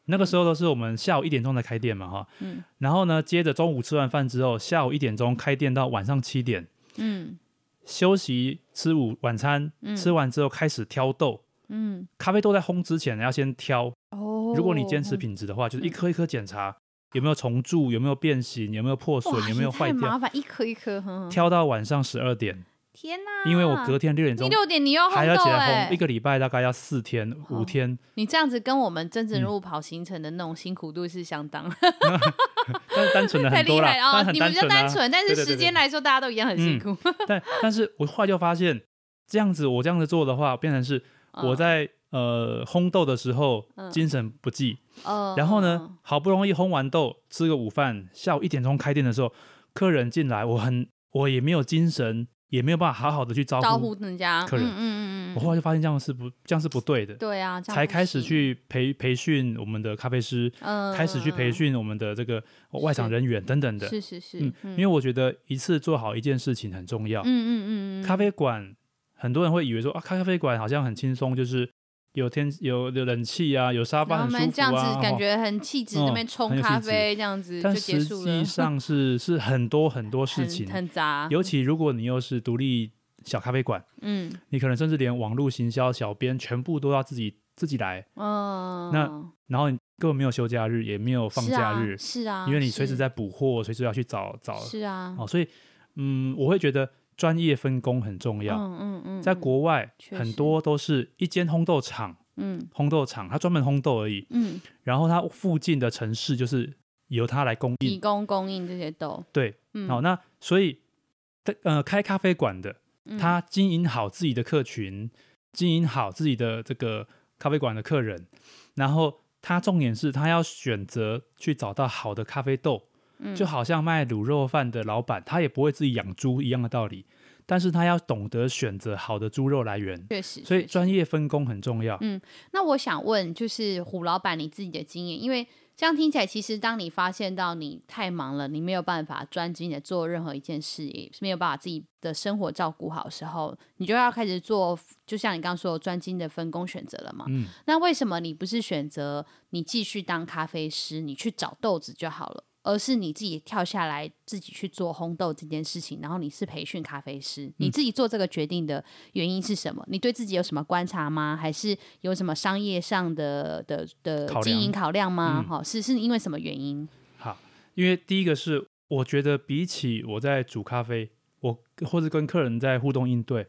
B: 那个时候都是我们下午一点钟才开店嘛，哈，
A: 嗯
B: 然后呢，接着中午吃完饭之后，下午一点钟开店到晚上七点，
A: 嗯
B: 休息吃午晚餐，
A: 嗯
B: 吃完之后开始挑豆。
A: 嗯
B: 咖啡豆在烘之前要先挑，
A: 哦，嗯
B: 如果你坚持品质的话，就是一颗一颗检查有没有重蛀，有没有变形，有没有破损
A: 哇，
B: 有没
A: 也
B: 有坏
A: 太
B: 掉，
A: 麻烦一颗一颗，哼哼
B: 挑到晚上十二点，
A: 天哪！
B: 因为我隔天六点
A: 你
B: 钟
A: 六点你又要
B: 还
A: 烘
B: 要
A: 豆
B: 起来
A: 哎
B: 烘，一，个礼拜大概要四天
A: 哦
B: 五天，
A: 你这样子跟我们真正
B: 嗯
A: 路跑行程的那种辛苦度是相当，
B: 但是单纯的
A: 太
B: 很
A: 厉
B: 多啦
A: 害，
B: 但
A: 了！哦
B: 是很
A: 你们比较
B: 纯
A: 单
B: 啊。
A: 纯，但
B: 对
A: 是
B: 对对嗯
A: 时
B: 对
A: 间来说大家都一样很辛苦。
B: 但但是我后来就发现，这样子我这样子做的话，变成是
A: 哦
B: 我在呃烘豆的时候
A: 嗯
B: 精神不济，
A: 嗯，
B: 然后呢，好不容易烘完豆，吃个午饭，下午一点钟开店的时候，客人进来，我很我也没有精神，也没有办法好好的去招
A: 嗯，
B: 呼。
A: 招呼人家，
B: 客人
A: 嗯嗯嗯
B: 我
A: 嗯，
B: 后来就发现这样是不这样是不对的，
A: 对啊，这样
B: 才
A: 不
B: 开始
A: 行，
B: 去培培训我们的咖啡师，
A: 嗯，
B: 开始去培
A: 嗯，
B: 训我们的这个外场
A: 是
B: 人员等等的。
A: 是是是，
B: 嗯，因为我觉得一次做好一件事情很重要。
A: 嗯嗯嗯嗯，
B: 咖啡馆很多人会以为说啊，咖啡馆好像很轻松，就是有天有有冷气啊，有沙
A: 然
B: 发
A: 后我
B: 很舒服
A: 们
B: 啊，
A: 这样子感
B: 哦
A: 觉很气质，
B: 嗯
A: 那边冲
B: 很有
A: 咖
B: 气质
A: 啡这样子就
B: 但
A: 结
B: 实
A: 束了
B: 际，上是是很多很多事
A: 很
B: 情，
A: 很杂，
B: 尤其如果你又是独立小咖啡馆，
A: 嗯
B: 你可能甚至连网络行销、小编全部都要自己自己来，
A: 嗯，
B: 然后你根本没有休假日，也没有放
A: 是
B: 假
A: 啊
B: 日，
A: 是啊，
B: 因为你
A: 是
B: 随时在补货，随时要去找找
A: 是啊，
B: 哦，所以嗯，我会觉得专业分工很重要。
A: 嗯嗯嗯，
B: 在
A: 嗯
B: 国外，
A: 确
B: 很
A: 实
B: 多都是一间烘豆厂，
A: 嗯
B: 烘豆厂它专门烘豆而已，
A: 嗯
B: 然后它附近的城市就是由它来供应
A: 提。供供应这些豆，
B: 对，
A: 嗯
B: 好，那所以，但呃，开咖啡馆的
A: 嗯
B: 他经营好自己的客群，经营好自己的这个咖啡馆的客人，然后他重点是他要选择去找到好的
A: 嗯
B: 咖啡豆，就好像卖卤肉饭的老板，他也不会自己养猪一样的道理，但是他要懂得选择好的猪肉来源，
A: 确实。
B: 所以
A: 确实
B: 专业分工很重要。
A: 那我想问，就是胡老板你自己的经验，因为这样听起来，其实当你发现到你太忙了，你没有办法专精的做任何一件事，也是没有办法自己的生活照顾好的时候，你就要开始做，就像你刚刚说的专精的分工选择了嘛。
B: 嗯，
A: 那为什么你不是选择你继续当咖啡师，你去找豆子就好了，而是你自己跳下来自己去做烘豆这件事情？然后你是培训咖啡师，你自己做这个决定的原因是什么？你对自己有什么观察吗？还是有什么商业上的的的
B: 考量嗯
A: 经营考量吗？哈、是是因为什么原因？
B: 好，因为第一个是我觉得比起我在煮咖啡，我或者跟客人在互动应对，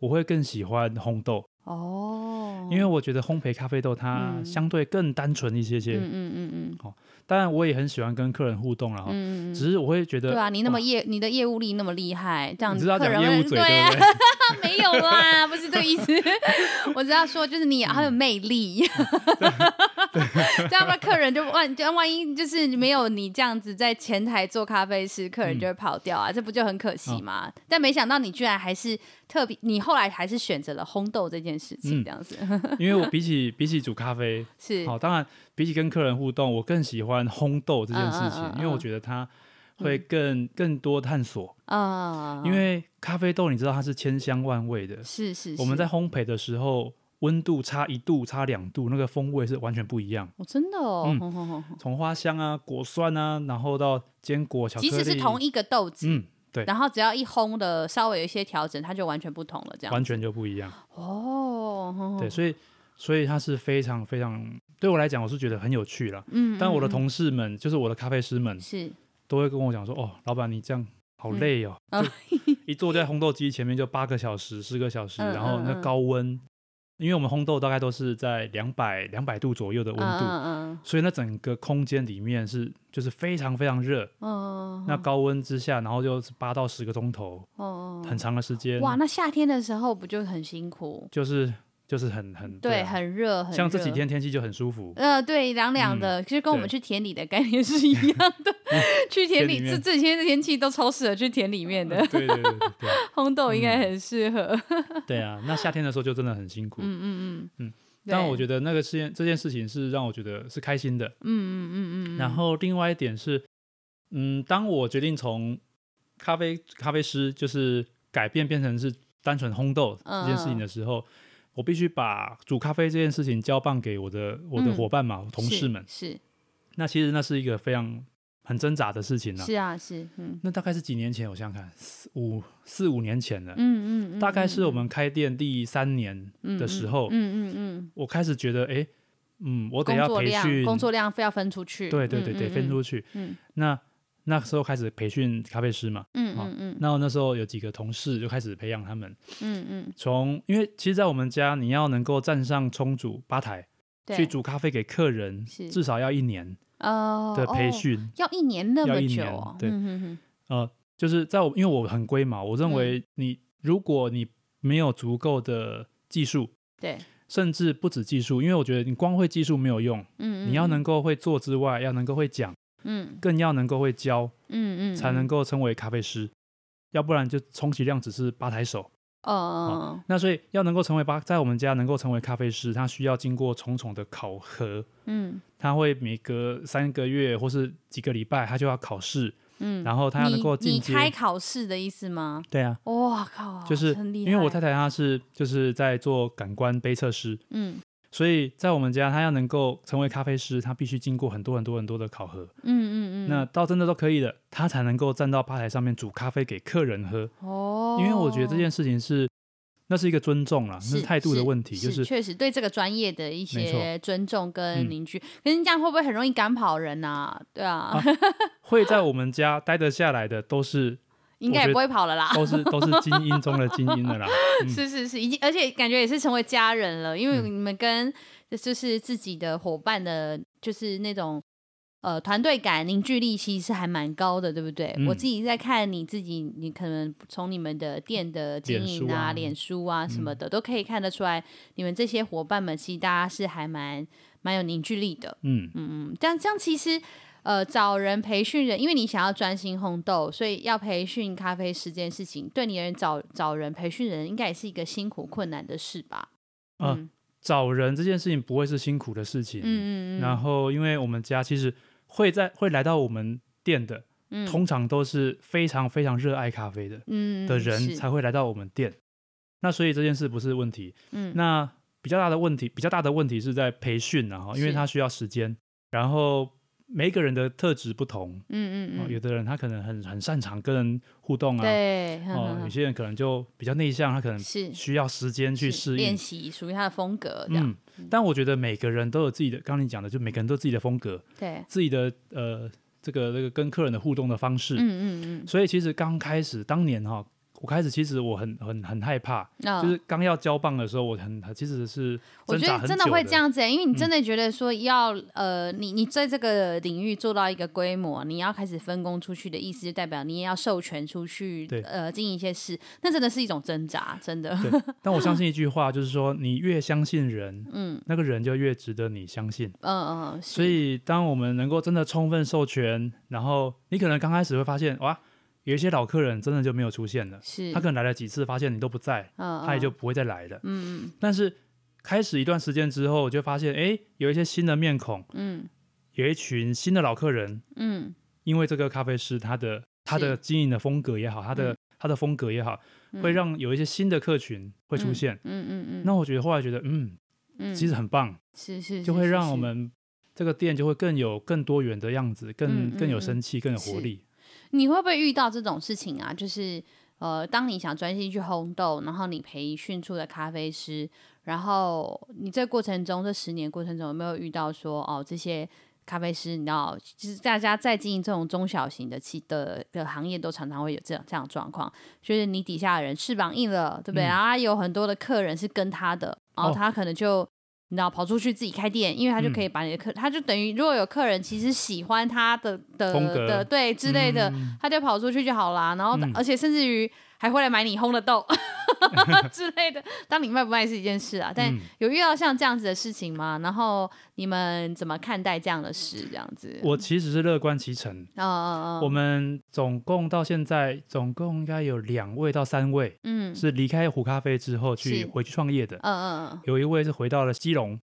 B: 我会更喜欢烘豆，
A: 哦，
B: 因为我觉得烘焙咖啡豆它
A: 嗯
B: 相对更单纯一些些。
A: 嗯嗯嗯嗯
B: 当然，我也很喜欢跟客人互动了哈，
A: 嗯嗯嗯，
B: 只是我会觉得
A: 对啊，你那么
B: 哇
A: 业你的业务力那么厉害，这样
B: 你知道
A: 客
B: 讲
A: 人
B: 业
A: 会
B: 务嘴
A: 对啊
B: 不。对？
A: 没有啦，不是这个意 思。我只要说，就是你很有魅力，这样吧，客人就万就万一就是没有你这样子在前台做咖啡师，客人就会跑掉啊，
B: 嗯
A: 这不就很可惜吗？但没想到你居然还是特别，你后来还是选择了烘豆这件事情，
B: 嗯
A: 这样子
B: 因为我比起比起煮咖啡，
A: 是
B: 好，当然比起跟客人互动，我更喜欢烘豆这件事情，
A: 嗯嗯嗯
B: 因为我
A: 嗯
B: 觉得它会更、更多探索。
A: 啊，
B: 因为咖啡豆你知道它是千香万味的，
A: 是是
B: 我们在烘焙的时候，温度差一度、差两度，那个风味是完全不一样。
A: 我真的哦，
B: 嗯
A: 哼哼哼哼
B: 从花香啊、果酸啊，然后到坚果、巧克
A: 即
B: 力，
A: 使是同一个豆子，
B: 嗯，对
A: 然后只要一烘的稍微有一些调整，它就完全不同了，这样
B: 完全就不一样。
A: 哦，哼哼
B: 对，所以所以它是非常非常对我来讲，我是觉得很有趣啦。
A: 嗯，
B: 但我的
A: 嗯嗯
B: 同事们，就是我的咖啡师们，
A: 是
B: 都会跟我讲说：“哦，老板，你这样好
A: 嗯
B: 累哦，
A: 啊
B: 就一坐在烘豆机前面就八个小时、十个小时，
A: 嗯
B: 然后那
A: 嗯嗯
B: 高温，因为我们烘豆大概都是在两百两百度左右的温度，
A: 嗯
B: 所以那整个空间里面是就是非常非常热。
A: 嗯嗯，
B: 那高温之下，然后就是八到十个钟头，
A: 哦
B: 很长的时间，
A: 哇，那夏天的时候不就很辛苦？
B: 就是就是很很
A: 对，
B: 啊
A: 很热，很
B: 像这几
A: 热。
B: 天天气就很舒服。
A: 呃，对，凉凉的，其实跟我们
B: 对
A: 去田里的概念是一样 的。去田
B: 田
A: 里，
B: 里
A: 这
B: 面嗯
A: 这几天的天气都超适合去田里面的，
B: 对对对对对啊
A: 烘豆应该很适合。
B: 对啊！那夏天的时候就真的很辛苦，
A: 嗯嗯嗯
B: 嗯，但
A: 对
B: 我觉得那个事件这件事情是让我觉得是开心的。
A: 嗯嗯嗯嗯，
B: 然后另外一点是，嗯，当我决定从咖啡咖啡师就是改变变成是单纯烘豆
A: 嗯
B: 这件事情的时候，我必须把煮咖啡这件事情交棒给我的我的
A: 嗯
B: 伙伴嘛，我同
A: 是
B: 事们。
A: 是
B: 那其实那是一个非常很挣扎的事情啊。
A: 是啊是，嗯
B: 那大概是几年前，我想想看，四五四五年前了。
A: 嗯嗯嗯，
B: 大概
A: 嗯
B: 是我们开店第三年的时候，
A: 嗯嗯嗯，
B: 我开始觉得，哎，嗯，我得
A: 工
B: 要
A: 作
B: 培
A: 量
B: 训
A: 工作量非要分出去。
B: 对对对对，分出
A: 去。
B: 去。
A: 嗯
B: 那那时候开始培训咖啡师嘛，
A: 嗯
B: 好
A: 嗯嗯
B: 那我那时候有几个同事就开始培养他们，
A: 嗯嗯，
B: 从因为其实，在我们家你要能够站上冲煮吧台
A: 对
B: 去煮咖啡给客人，
A: 是
B: 至少要一年
A: 哦
B: 的培
A: 哦
B: 训。
A: 要一年那
B: 要
A: 么
B: 一
A: 久
B: 年
A: 哦，
B: 对
A: 嗯哼哼
B: 呃，就是在我因为我很龟毛，我认为你、如果你没有足够的技术，
A: 对，
B: 甚至不止技术，因为我觉得你光会技术没有用，
A: 嗯，
B: 你要
A: 嗯
B: 能，够会做之外，要能够会讲，
A: 嗯
B: 更要能够会教。
A: 嗯嗯，
B: 才能够称为咖啡师，要不然就充其量只是吧台手。
A: 嗯，哦，
B: 那所以要能够成为吧，在我们家能够成为咖啡师，他需要经过重重的考核，
A: 嗯
B: 他会每隔三个月或是几个礼拜，他就要考试，
A: 嗯，
B: 然后他要能
A: 你
B: 够
A: 你
B: 进阶。
A: 开考试的意思吗？
B: 对啊，
A: 哇靠，
B: 就是
A: 很厉
B: 因为我
A: 害
B: 太，太她是就是在做感官杯测师，
A: 嗯
B: 所以在我们家她要能够成为咖啡师，她必须经过很多很多很多的考核。
A: 嗯嗯嗯，
B: 那到真的都可以了，她才能够站到吧台上面煮咖啡给客人喝。
A: 哦，
B: 因为我觉得这件事情是，那是一个尊重啦，那是态度的问题，就是
A: 确实对这个专业的一
B: 没错
A: 些尊重跟
B: 嗯
A: 凝聚，可是你这样会不会很容易赶跑人呐？对啊，
B: 会在我们家待得下来的都是
A: 应该
B: 我
A: 也
B: 觉得
A: 不会跑了啦。
B: 都是都是精英中的精英 的啦。嗯
A: 是是是，已经而且感觉也是成为家人了，因为
B: 嗯
A: 你们跟就是自己的伙伴的，就是那种呃团队感、凝聚力其实是还蛮高的，对不对？我
B: 嗯
A: 自己在看你自己，你可能从你们的店的经
B: 脸
A: 营
B: 书
A: 啊、
B: 啊
A: 脸书啊什么的，都可以看得出来，你们这些伙伴们其实大家是还蛮蛮有凝聚力的。
B: 嗯，
A: 嗯，嗯，这样这样其实呃找人培训人，因为你想要专心烘豆，所以要培训咖啡师这件事情，对你而言找找人培训人，应该也是一个辛苦困难的事吧？
B: 啊
A: 嗯
B: 找人这件事情不会是辛苦的事情。
A: 嗯嗯嗯，
B: 然后，因为我们家其实会在会来到我们店的，
A: 嗯
B: 通常都是非常非常热爱咖啡的
A: 嗯
B: 的
A: 嗯
B: 人
A: 是
B: 才会来到我们店。那所以这件事不是问题。
A: 嗯
B: 那比较大的问题，比较大的问题是在培训啊，哈因为
A: 是
B: 它需要时间，然后每一个人的特质不同。
A: 嗯
B: 哦
A: 嗯，
B: 有
A: 嗯，
B: 的人他可能很很擅长跟人互动啊，
A: 对，哼
B: 哦
A: 哼，
B: 有
A: 哼
B: 些人可能就比较内向，他可能
A: 嗯是
B: 需要时间去
A: 是
B: 适应
A: 练。习属于他的风格这样，
B: 嗯，但我觉得每个人都有自己的，刚刚你讲的，就每个人都有自己的风格，
A: 对，
B: 自己的呃，这个这个跟客人的互动的方式。
A: 嗯嗯嗯，
B: 所以其实刚开始当年哈、我开始其实我很很很害怕，
A: 那、
B: 就是刚要交棒的时候，我很其实是
A: 我
B: 挣
A: 觉
B: 扎
A: 得
B: 很
A: 真的
B: 久的嗯
A: 会这。样子、欸，因为你真的觉得说要、呃，你你在这个领域做到一个规模，你要开始分工出去的意思，就代表你也要授权出去
B: 对，
A: 呃，经营一些事，那真的是一种挣扎，真的。
B: 对，但我相信一句话，就是说你越相信人，
A: 嗯
B: 那个人就越值得你相信。
A: 嗯嗯，
B: 所
A: 是
B: 以，当我们能够真的充分授权，然后你可能刚开始会发现，哇，有一些老客人真的就没有出现了，
A: 是，
B: 他可能来了几次，发现你都不在，
A: 嗯
B: 他也就不会再来了。嗯嗯。但是开始一段时间之后，就发现，哎，有一些新的面孔，
A: 嗯
B: 有一群新的老客人，
A: 嗯
B: 因为这个咖啡师他的他的经营的风格也好，他的、他的风格也好，
A: 嗯，
B: 会让有一些新的客群会出现。
A: 嗯嗯嗯，
B: 那我觉得后来觉得，嗯，
A: 嗯
B: 其实很棒。
A: 是是
B: 就是会
A: 是
B: 让我
A: 是
B: 们这个店就会更有更多元的样子，
A: 嗯
B: 更更有
A: 嗯
B: 生气，更有
A: 是
B: 活力。
A: 你会不会遇到这种事情啊？就是呃，当你想专心去烘豆，然后你培训出的咖啡师，然后你这过程中这十年过程中有没有遇到说哦这些？咖啡师，你知道，其实大家在经营这种中小型的企的的行业，都常常会有这样这样的状况，就是你底下的人翅膀硬了，对不对？
B: 嗯
A: 然后他有很多的客人是跟他的，然后
B: 哦
A: 他可能就、你知道跑出去自己开店，因为他就
B: 嗯
A: 可以把你的客，他就等于如果有客人其实喜欢他的的
B: 风格
A: 的对之类的，
B: 嗯
A: 他就跑出去就好啦。然后，
B: 嗯
A: 而且甚至于还会来买你烘的 豆 之类的。当你卖不卖是一件事啊，但
B: 嗯
A: 有遇到像这样子的事情吗？然后你们怎么看待这样的事？这样子，
B: 我其实是乐观其成。
A: 嗯嗯
B: 我
A: 嗯，
B: 们总共到现在，总共应该有两位到三位
A: 嗯
B: 是离开虎咖啡之后去
A: 是
B: 回去创业的
A: 嗯，嗯嗯，
B: 有一位是回到了基隆，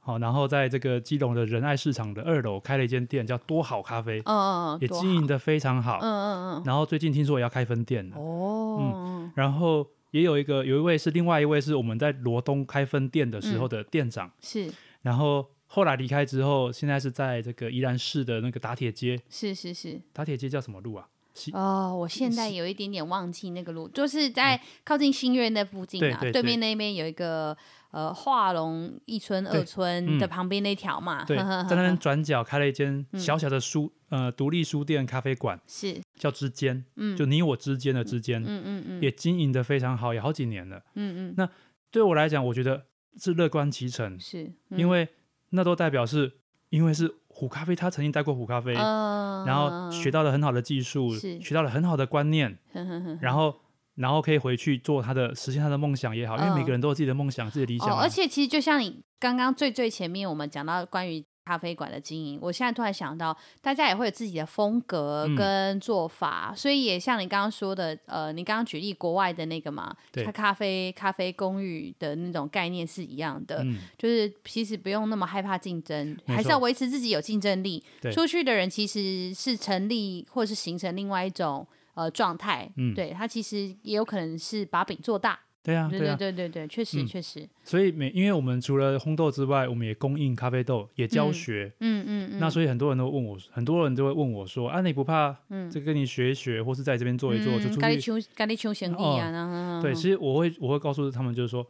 B: 好，然后在这个基隆的仁爱市场的二楼开了一间店，叫多好咖啡，
A: 嗯嗯，
B: 也
A: 多
B: 经营
A: 好，
B: 的非常好。
A: 嗯嗯嗯，
B: 然后最近听说也要开分店了，
A: 哦，
B: 然后也有一个有一位是另外一位是我们在罗东开分店的时
A: 嗯
B: 候的店长。
A: 是
B: 然后后来离开之后，现在是在这个宜兰市的那个打铁街，
A: 是是是，
B: 打铁街叫什么路啊？西、
A: 哦，我现在有一点点忘记那个路，就是在靠近新月那附近啊，
B: 嗯对对对
A: 面那边有一个呃化龙一村、
B: 对
A: 二村的
B: 嗯
A: 旁边那条嘛，
B: 对，
A: 呵呵呵
B: 在那边
A: 呵
B: 转角开了 一间
A: 嗯
B: 小小的书、呃独立书店咖啡馆，
A: 是，
B: 叫之间，
A: 嗯，
B: 就你我之间的之间，
A: 嗯嗯嗯，
B: 也经营的非常好，也好几年了。
A: 嗯嗯
B: 那对我来讲，我觉得是乐观其成，
A: 是，嗯
B: 因
A: 为
B: 为那都代表是因为是虎咖啡，他曾经带过虎咖啡。
A: 嗯，
B: 呃然后学到了很好的技术，
A: 是
B: 学到了很好的观念，
A: 嗯，嗯嗯嗯
B: 然后然后可以回去做他的实现他的梦想也好，因为每
A: 嗯
B: 个人都有自己的梦想、自己的理想
A: 哦，
B: 嘛、
A: 而且其实就像你刚刚最最前面我们讲到关于。咖啡馆的经营，我现在突然想到，大家也会有自己的风格
B: 嗯
A: 跟做法，所以也像你刚刚说的，呃，你刚刚举例国外的那个嘛，
B: 对
A: 它咖啡咖啡公寓的那种概念是一样的，
B: 嗯，
A: 就是其实不用那么害怕竞争，
B: 没错
A: 还是要维持自己有竞争力。
B: 对
A: 出去的人其实是成立或是形成另外一种呃状态，
B: 嗯
A: 对他其实也有可能是把饼做大。
B: 对啊，
A: 对
B: 对
A: 对
B: 啊。
A: 对对对，确实
B: 嗯
A: 确实，
B: 所以每因为我们除了烘豆之外，我们也供应咖啡豆，也教
A: 嗯
B: 学。
A: 嗯嗯嗯，
B: 那所以很多人都问我，很多人都会问我说：“啊，你不怕
A: 嗯
B: 这跟你学一学，或是在这边做一做、就
A: 嗯
B: 出
A: 咖喱
B: 去哦
A: 球咖喱球行李啊，嗯嗯嗯
B: 对，其实我会我会告诉他们，就是说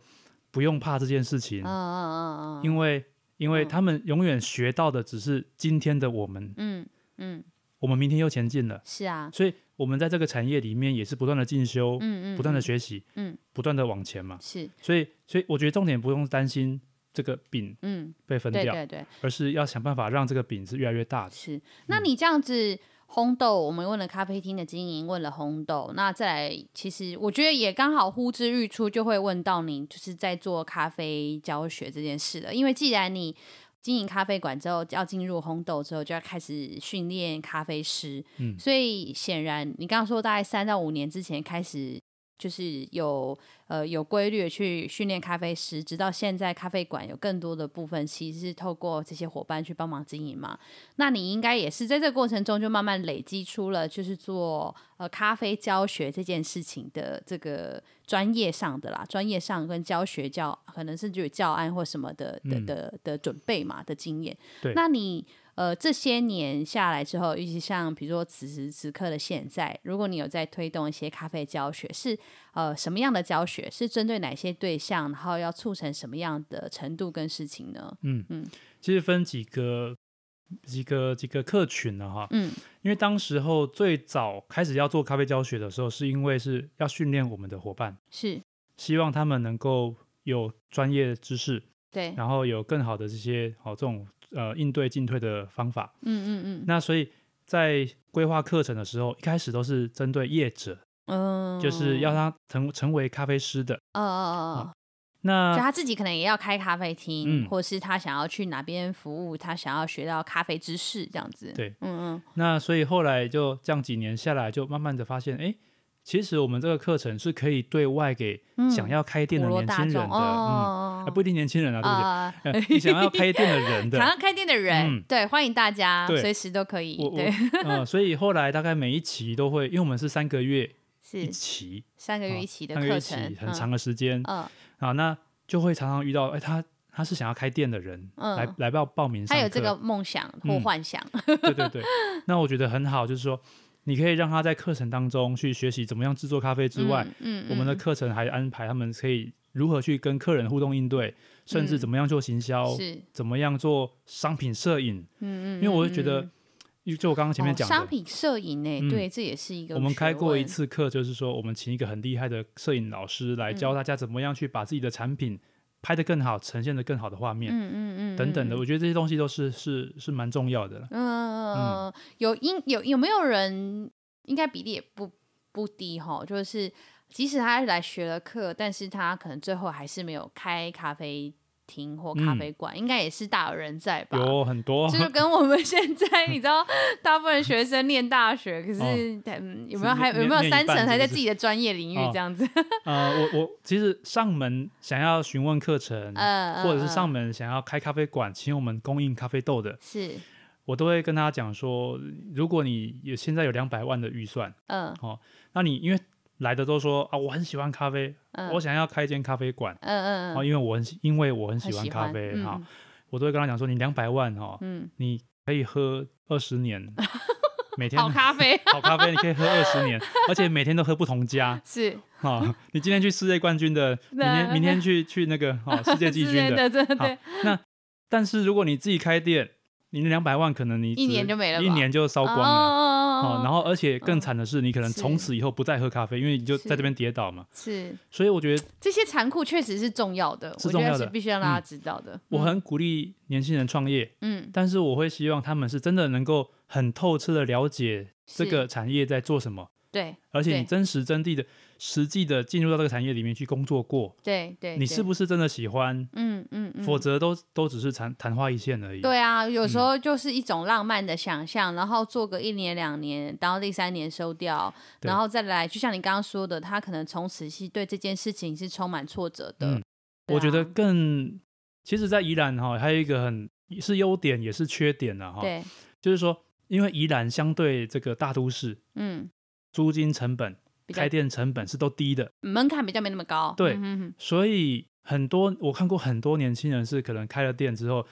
B: 不用怕这件事情，
A: 嗯嗯嗯嗯
B: 因为因为
A: 嗯
B: 他们永远学到的只是今天的我们，
A: 嗯嗯，
B: 我们明天又前进了。
A: 是啊，
B: 所以我们在这个产业里面也是不断的进修，
A: 嗯嗯，
B: 不断的
A: 嗯
B: 学习，
A: 嗯，
B: 不断的往前嘛。
A: 是，
B: 所以，所以我觉得重点不用担心这个饼
A: 嗯，
B: 被分
A: 对
B: 掉，
A: 对对，
B: 而是要想办法让这个饼是越来越大的。
A: 是，
B: 嗯
A: 那你这样子烘豆，我们问了咖啡厅的经营，问了烘豆，那再来，其实我觉得也刚好呼之欲出，就会问到你就是在做咖啡教学这件事了。因为既然你经营咖啡馆之后，要进入烘豆之后，就要开始训练咖啡师。
B: 嗯
A: 所以显然你刚刚说大概三到五年之前开始，就是有呃有规律的去训练咖啡师，直到现在咖啡馆有更多的部分其实是透过这些伙伴去帮忙经营嘛。那你应该也是在这个过程中就慢慢累积出了就是做呃咖啡教学这件事情的这个专业上的啦，专业上跟教学教可能甚至有教案或什么的的
B: 嗯
A: 的的准备嘛的经验。
B: 对
A: 那你呃这些年下来之后，尤其像比如说此时此刻的现在，如果你有在推动一些咖啡教学，是呃什么样的教学？是针对哪些对象？然后要促成什么样的程度跟事情呢？
B: 嗯
A: 嗯
B: 嗯，其实分几个几个几个客群了哈，
A: 嗯
B: 因为当时候最早开始要做咖啡教学的时候，是因为是要训练我们的伙伴，
A: 是
B: 希望他们能够有专业知识，
A: 对，
B: 然后有更好的这些好、这种呃应对进退的方法。
A: 嗯嗯
B: 那所以在规划课程的时候，一开始都是针对业者，
A: 嗯，嗯，
B: 就是要他成成为咖啡师的。
A: 哦哦哦，就
B: 那
A: 他自己可能也要开咖啡厅，
B: 嗯
A: 或是他想要去哪边服务，他想要学到咖啡知识这样子。
B: 对，
A: 嗯嗯，
B: 那所以后来就这样几年下来，就慢慢的发现，哎，其实我们这个课程是可以对外给
A: 嗯
B: 想要开店的
A: 普罗
B: 年
A: 大
B: 轻人
A: 众
B: 的，
A: 哦
B: 嗯，
A: 哦，
B: 啊不一定年轻人啊，对不
A: 啊，
B: 对？呃你想要开店的 人的
A: 想，要开店的人
B: 嗯，
A: 对，欢迎大家，
B: 对
A: 随时都可以
B: 我，我
A: 对，
B: 呃，所以后来大概每一期都会，因为我们是三个月一
A: 是
B: 期，
A: 三个
B: 啊
A: 月一期的
B: 三个月
A: 课
B: 一期
A: 程，
B: 很长的时间
A: 嗯，嗯，
B: 啊，那就会常常遇到，哎，他他是想要开店的人，来
A: 嗯
B: 来报报名上
A: 他
B: 课，
A: 有这个梦想或
B: 嗯
A: 幻想，
B: 对对对，那我觉得很好，就是说你可以让他在课程当中去学习怎么样制作咖啡之外，
A: 嗯，嗯，
B: 我们的
A: 嗯
B: 课程还安排他们可以如何去跟客人互动应对，甚至
A: 嗯
B: 怎么样做行销，
A: 是，
B: 怎么样做商品摄影，
A: 嗯嗯，
B: 因为我会
A: 嗯
B: 觉得，
A: 嗯
B: 因为就我刚刚前面
A: 哦
B: 讲
A: 商
B: 的，
A: 品摄影呢，
B: 嗯
A: 对，这也是一个
B: 我们开
A: 学
B: 过一
A: 问，
B: 次课，就是说我们请一个很厉害的摄影老师来教
A: 嗯
B: 大家怎么样去把自己的产品拍得更好，呈现得更好的画面、
A: 嗯嗯嗯，
B: 等等
A: 嗯
B: 的，我觉得这些东西都是是是蛮重要的了。
A: 嗯，有应有有没有人嗯应该比例也不不低哈，就是即使他来学了课，但是他可能最后还是没有开咖啡厅或咖
B: 嗯
A: 啡馆，应该也是大有人在吧？
B: 有很多，
A: 这就跟我们现在，你知道，大部分学生念大学，可是、
B: 哦
A: 嗯、有没有
B: 是
A: 还
B: 念
A: 有没有
B: 念一
A: 三成
B: 半
A: 还
B: 是不
A: 在
B: 是
A: 自己的专业领域
B: 哦
A: 这样子？
B: 呃，我我其实上门想要询问课程，
A: 呃，
B: 或者是
A: 嗯
B: 上
A: 嗯
B: 门想要开咖啡馆，请我们供应咖啡豆的，
A: 是
B: 我都会跟他讲说，如果你有现在有两百万的预算，
A: 嗯
B: 那你因为来的都说啊，我很喜欢咖啡，
A: 嗯
B: 我想要开一间咖啡馆，
A: 嗯嗯
B: 哦，
A: 嗯，
B: 因为我很喜因为我很喜
A: 很
B: 欢
A: 喜
B: 咖
A: 欢
B: 啡
A: 嗯
B: 哈、
A: 嗯
B: 我都会跟他讲说，你两百万哈、
A: 嗯
B: 你可以喝二十 年，每天
A: 好咖 啡
B: 好咖啡你可以喝二十年，而且每天都喝不同家
A: 是
B: 哈、你今天去世界冠军的，明天明天去去那个哈、世 界季
A: 之
B: 军
A: 类
B: 的，
A: 的，对对对
B: 好，那但是如果你自己开店，你那两百万可能你
A: 一
B: 只
A: 年就没了
B: 一
A: 吧
B: 年就烧光了。
A: 哦
B: 哦，然后而且更惨的是，你可能
A: 是
B: 从此以后不再喝咖啡，因为你就是在这边跌倒嘛。
A: 是
B: 所以我觉得
A: 这些残酷确实是重要的，
B: 是
A: 我觉
B: 重
A: 得
B: 要
A: 是
B: 的嗯
A: 必须要让大家知道的。
B: 我很鼓励年轻人创业，
A: 嗯
B: 但是我会希望他们是真的能够很透彻的了解这
A: 是
B: 个产业在做什么，
A: 对
B: 而且
A: 对
B: 你真实真地的、实际的进入到这个产业里面去工作过，
A: 对对，
B: 你是
A: 对
B: 不是真的喜欢？
A: 嗯嗯嗯，
B: 否则都嗯都只是昙昙花一现而已。
A: 对啊，有时候就是一种浪漫的想象，然后做个一年两年，然后第三年收掉，
B: 对
A: 然后再来，就像你刚刚说的，他可能从此是对这件事情是充满挫折的
B: 嗯。我觉
A: 对啊
B: 得更，其实，在宜兰哈、还有一个很是优点也是缺点啊的哈、
A: 对，
B: 就是说，因为宜兰相对这个大都市，
A: 嗯，
B: 租金成本、
A: 比较
B: 开店成本是都低的，
A: 门槛比较没那么高。
B: 对
A: 嗯哼哼
B: 所以很多我看过很多年轻人是可能开了店之后，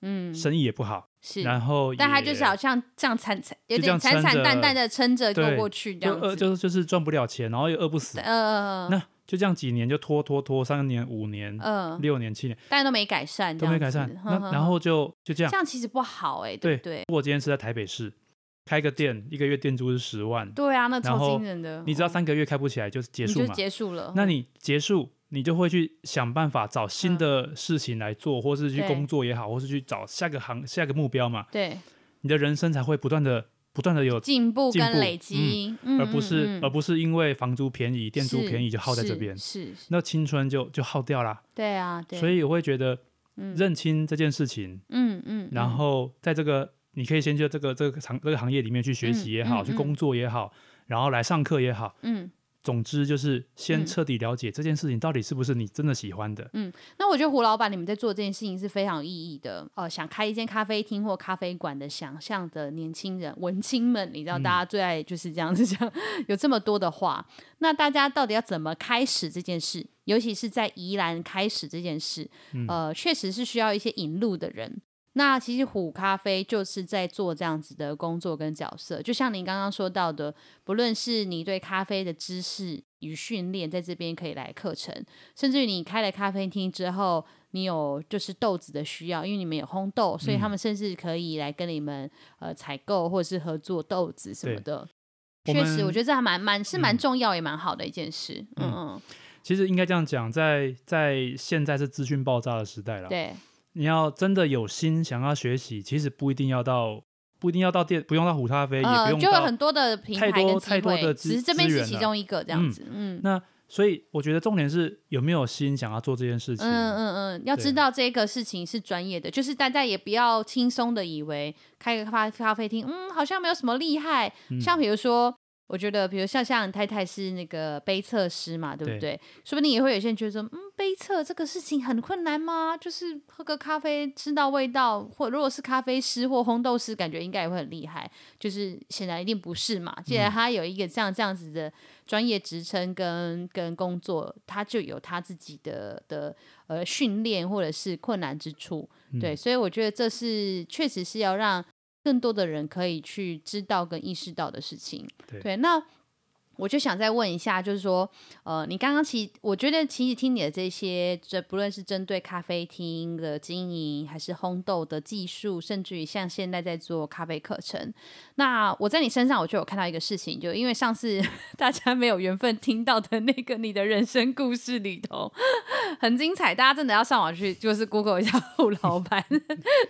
A: 嗯，
B: 生意也不好，
A: 是。
B: 然后
A: 但他
B: 也
A: 就是好像这样惨惨，有
B: 就这
A: 点
B: 样
A: 惨
B: 撑
A: 惨
B: 着
A: 淡淡的撑着过
B: 对
A: 过去这
B: 就
A: 样
B: 饿，
A: 子。
B: 就是就是赚不了钱，然后又饿不死，
A: 呃，
B: 那就这样几年就拖拖拖，三年、五年、
A: 嗯，
B: 六年、七年
A: 大家都没改善，
B: 都没改善，那然
A: 后
B: 后就就这样
A: 这。样其实不好哎、对
B: 对
A: 不对？
B: 如果今天是在台北市开个店，一个月店租是十万，
A: 对啊，那超
B: 然后
A: 惊人的，哦
B: 你只要三个月开不起来就是结
A: 你
B: 束
A: 就
B: 嘛。
A: 结束了，
B: 那你结束，你就会去想办法找新的事情来做，或是去
A: 嗯对
B: 工作也好，或是去找下个行下个目标嘛。
A: 对
B: 你的人生才会不断的不断的有，
A: 进步
B: 进
A: 跟
B: 步
A: 累积，嗯
B: 而不是、
A: 嗯嗯
B: 而不是因为房租便宜、店租
A: 是
B: 便宜就耗在这
A: 是
B: 边，
A: 是，是
B: 那青春就就耗掉啦。
A: 对啊，对，
B: 所以我会觉得
A: 嗯
B: 认清这件事情，
A: 嗯嗯，
B: 然
A: 嗯
B: 后在这个你可以先就这个这个行这个行业里面去学习也好，
A: 嗯嗯
B: 去
A: 嗯
B: 工作也好，然后来上课也好，
A: 嗯，
B: 总之就是先
A: 嗯
B: 彻底了解这件事情到底是不是你真的喜欢的。
A: 那我觉得胡老板你们在做这件事情是非常有意义的。呃，想开一间咖啡厅或咖啡馆的想象的年轻人文青们，你知道
B: 嗯
A: 大家最爱就是这样子讲， 有这么多的话，那大家到底要怎么开始这件事？尤其是在宜兰开始这件事，
B: 嗯
A: 呃，确实是需要一些引路的人。那其实虎咖啡就是在做这样子的工作跟角色，就像您刚刚说到的，不论是你对咖啡的知识与训练，在这边可以来课程，甚至于你开了咖啡厅之后，你有就是豆子的需要，因为你们有烘豆，所以
B: 嗯
A: 他们甚至可以来跟你们呃采购或者是合作豆子什么
B: 对
A: 的。
B: 我
A: 确实，
B: 们
A: 我觉得这还蛮蛮是蛮
B: 嗯
A: 重要也蛮好的一件事。嗯嗯，
B: 其实应该这样讲，在在现在是资讯爆炸的时代了，
A: 对，
B: 你要真的有心想要学习，其实不一定要到不一定要到店，不用到虎咖啡，也不
A: 呃，
B: 用
A: 就有
B: 到
A: 很多的平台
B: 太
A: 跟
B: 多
A: 机
B: 太多
A: 会
B: 的
A: 只
B: 资
A: 是这边
B: 资
A: 是
B: 源啊
A: 其
B: 了
A: 中一个这样子。嗯
B: 那所以我觉得重点是有没有心想要做这件事情。
A: 嗯嗯嗯，要
B: 对
A: 知道这个事情是专业的，就是大家也不要轻松的以为开个咖咖啡厅，嗯，好像没有什么厉害。像比如说，我觉得，比如像像你太太是那个杯测师嘛，对不对？
B: 对
A: 说不定也会有些人觉得说，嗯，杯测这个事情很困难吗？就是喝个咖啡知道味道，或如果是咖啡师或烘豆师，感觉应该也会很厉害。就是显然一定不是嘛，既然他有一个这样这样子的专业职称跟跟工作，他就有他自己的的呃训练或者是困难之处，对，所以我觉得这是确实是要让更多的人可以去知道跟意识到的事情。
B: 对
A: 那我就想再问一下，就是说，呃，你刚刚其实我觉得其实听你的这些，这不论是针对咖啡厅的经营，还是烘豆的技术，甚至于像现在在做咖啡课程，那我在你身上我就有看到一个事情，就因为上次 大家没有缘分听到的那个你的人生故事里头，很精彩，大家真的要上网去就是 Google 一下 胡老板，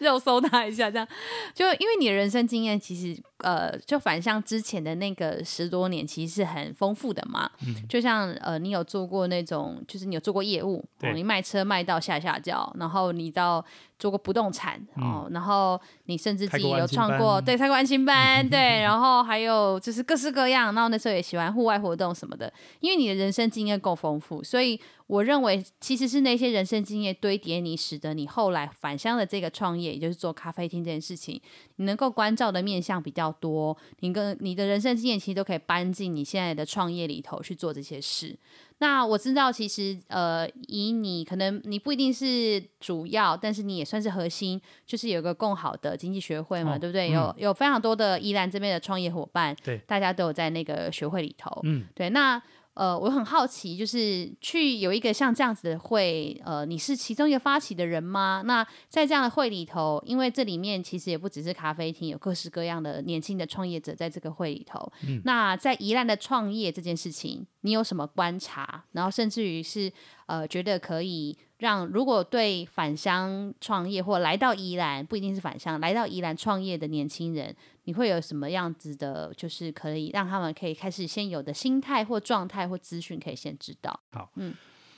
A: 肉搜他一下，这样就因为你的人生经验其实呃，就反向之前的那个十多年其实是很丰富的嘛，
B: 嗯
A: 就像呃，你有做过那种，就是你有做过业务，哦
B: 对、
A: 你卖车卖到下下教，然后你到做过不动产哦，然后你甚至自己
B: 嗯开过
A: 有
B: 安亲
A: 创
B: 班
A: 过对，参观新 班，对，然后还有就是各式各样，然后那时候也喜欢户外活动什么的，因为你的人生经验够丰富，所以我认为其实是那些人生经验堆叠你，使得你后来返乡的这个创业，也就是做咖啡厅这件事情，你能够关照的面向比较多，你跟你的人生经验其实都可以搬进你现在的创业里头去做这些事。那我知道，其实呃，以你可能你不一定是主要，但是你也算是核心，就是有个更好的经济学会嘛，
B: 哦
A: 对不对？
B: 嗯
A: 有、有非常多的宜兰这边的创业伙伴，
B: 对
A: 大家都有在那个学会里头。
B: 嗯，
A: 对，那呃，我很好奇，就是去有一个像这样子的会，呃，你是其中一个发起的人吗？那在这样的会里头，因为这里面其实也不只是咖啡厅，有各式各样的年轻的创业者在这个会里头。那在宜兰的创业这件事情，你有什么观察？然后甚至于是呃，觉得可以。让如果对返乡创业或来到宜兰，不一定是返乡，来到宜兰创业的年轻人，你会有什么样子的，就是可以让他们可以开始先有的心态或状态或资讯可以先知道。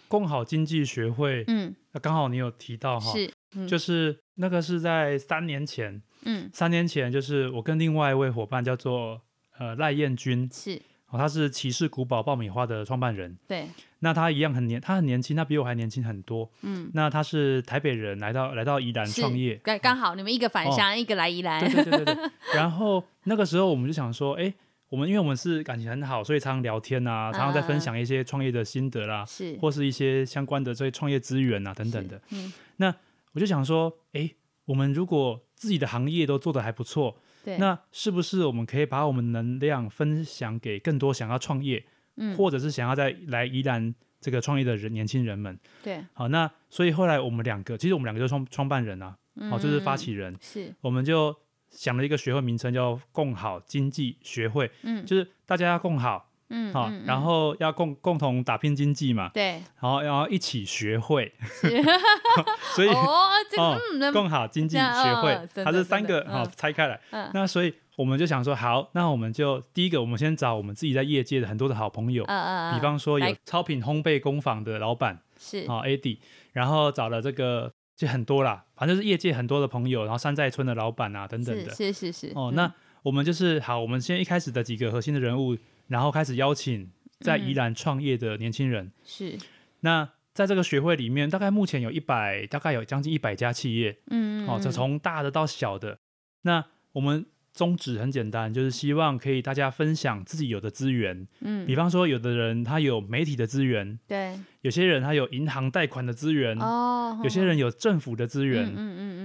B: 共好经济学会，
A: 嗯，
B: 那刚哦好你有提到哈，
A: 是，嗯
B: 就是那个是在三年前，
A: 嗯，
B: 三年前就是我跟另外一位伙伴叫做呃赖燕君，
A: 是
B: 哦，他是骑士古堡爆米花的创办人，
A: 对，
B: 那他一样很年，他很年轻，他比我还年轻很多，
A: 嗯，
B: 那他是台北人，来到来到宜兰
A: 是
B: 创业，嗯哦
A: 刚刚好你们一个返乡，一个来宜
B: 对
A: 兰，
B: 对对对 对。然后那个时候我们就想说，哎，我们因为我们是感情很好，所以常常聊天啊，常常在分享一些创业的心得啦，
A: 是
B: 或是一些相关的这些创业资源啊等等的。，
A: 是嗯，
B: 我就想说，哎，我们如果自己的行业都做得还不错，
A: 对，
B: 那是不是我们可以把我们能量分享给更多想要创业，
A: 嗯
B: 或者是想要在来宜兰这个创业的人年轻人们？
A: 对，
B: 好，那所以后来我们两个，其实我们两个就是创创办人啊，好、就是发起人。
A: 是，
B: 我们就想了一个学会名称叫“共好经济学会”，
A: 嗯
B: 就是大家要共好，
A: 嗯，
B: 好、
A: 嗯
B: 然
A: 嗯
B: 后要共共同打拼经济嘛，
A: 对，
B: 然后然后一起学会， 所以、
A: 哦，这个
B: 哦
A: 嗯 那，
B: 共好经济
A: 这样
B: 学会，
A: 嗯 真的
B: 它是三个
A: 真的
B: 好、
A: 嗯
B: 拆开来，
A: 嗯
B: 那所以我们就想说，好，那我们就第一个，我们先找我们自己在业界的很多的好朋友。
A: 嗯嗯，
B: 比方说有哦
A: 来
B: 超品烘焙工坊的老板
A: 呃是，
B: 啊、AD，然后找了这个其实很多啦，反正就是业界很多的朋友，然后山寨村的老板啊等等的。
A: 是是是是。
B: 哦，
A: 嗯
B: 那我们就是好，我们先一开始的几个核心的人物，然后开始邀请在宜兰创业的年轻人。
A: 是
B: 那在这个学会里面，大概目前有一百，大概有将近一百家企业，
A: 嗯
B: 哦，这从大的到小的。那我们宗旨很简单，就是希望可以大家分享自己有的资源，
A: 嗯
B: 比方说有的人他有媒体的资源，
A: 对
B: 有些人他有银行贷款的资源，
A: 哦，
B: 有些人有政府的资源。
A: 嗯嗯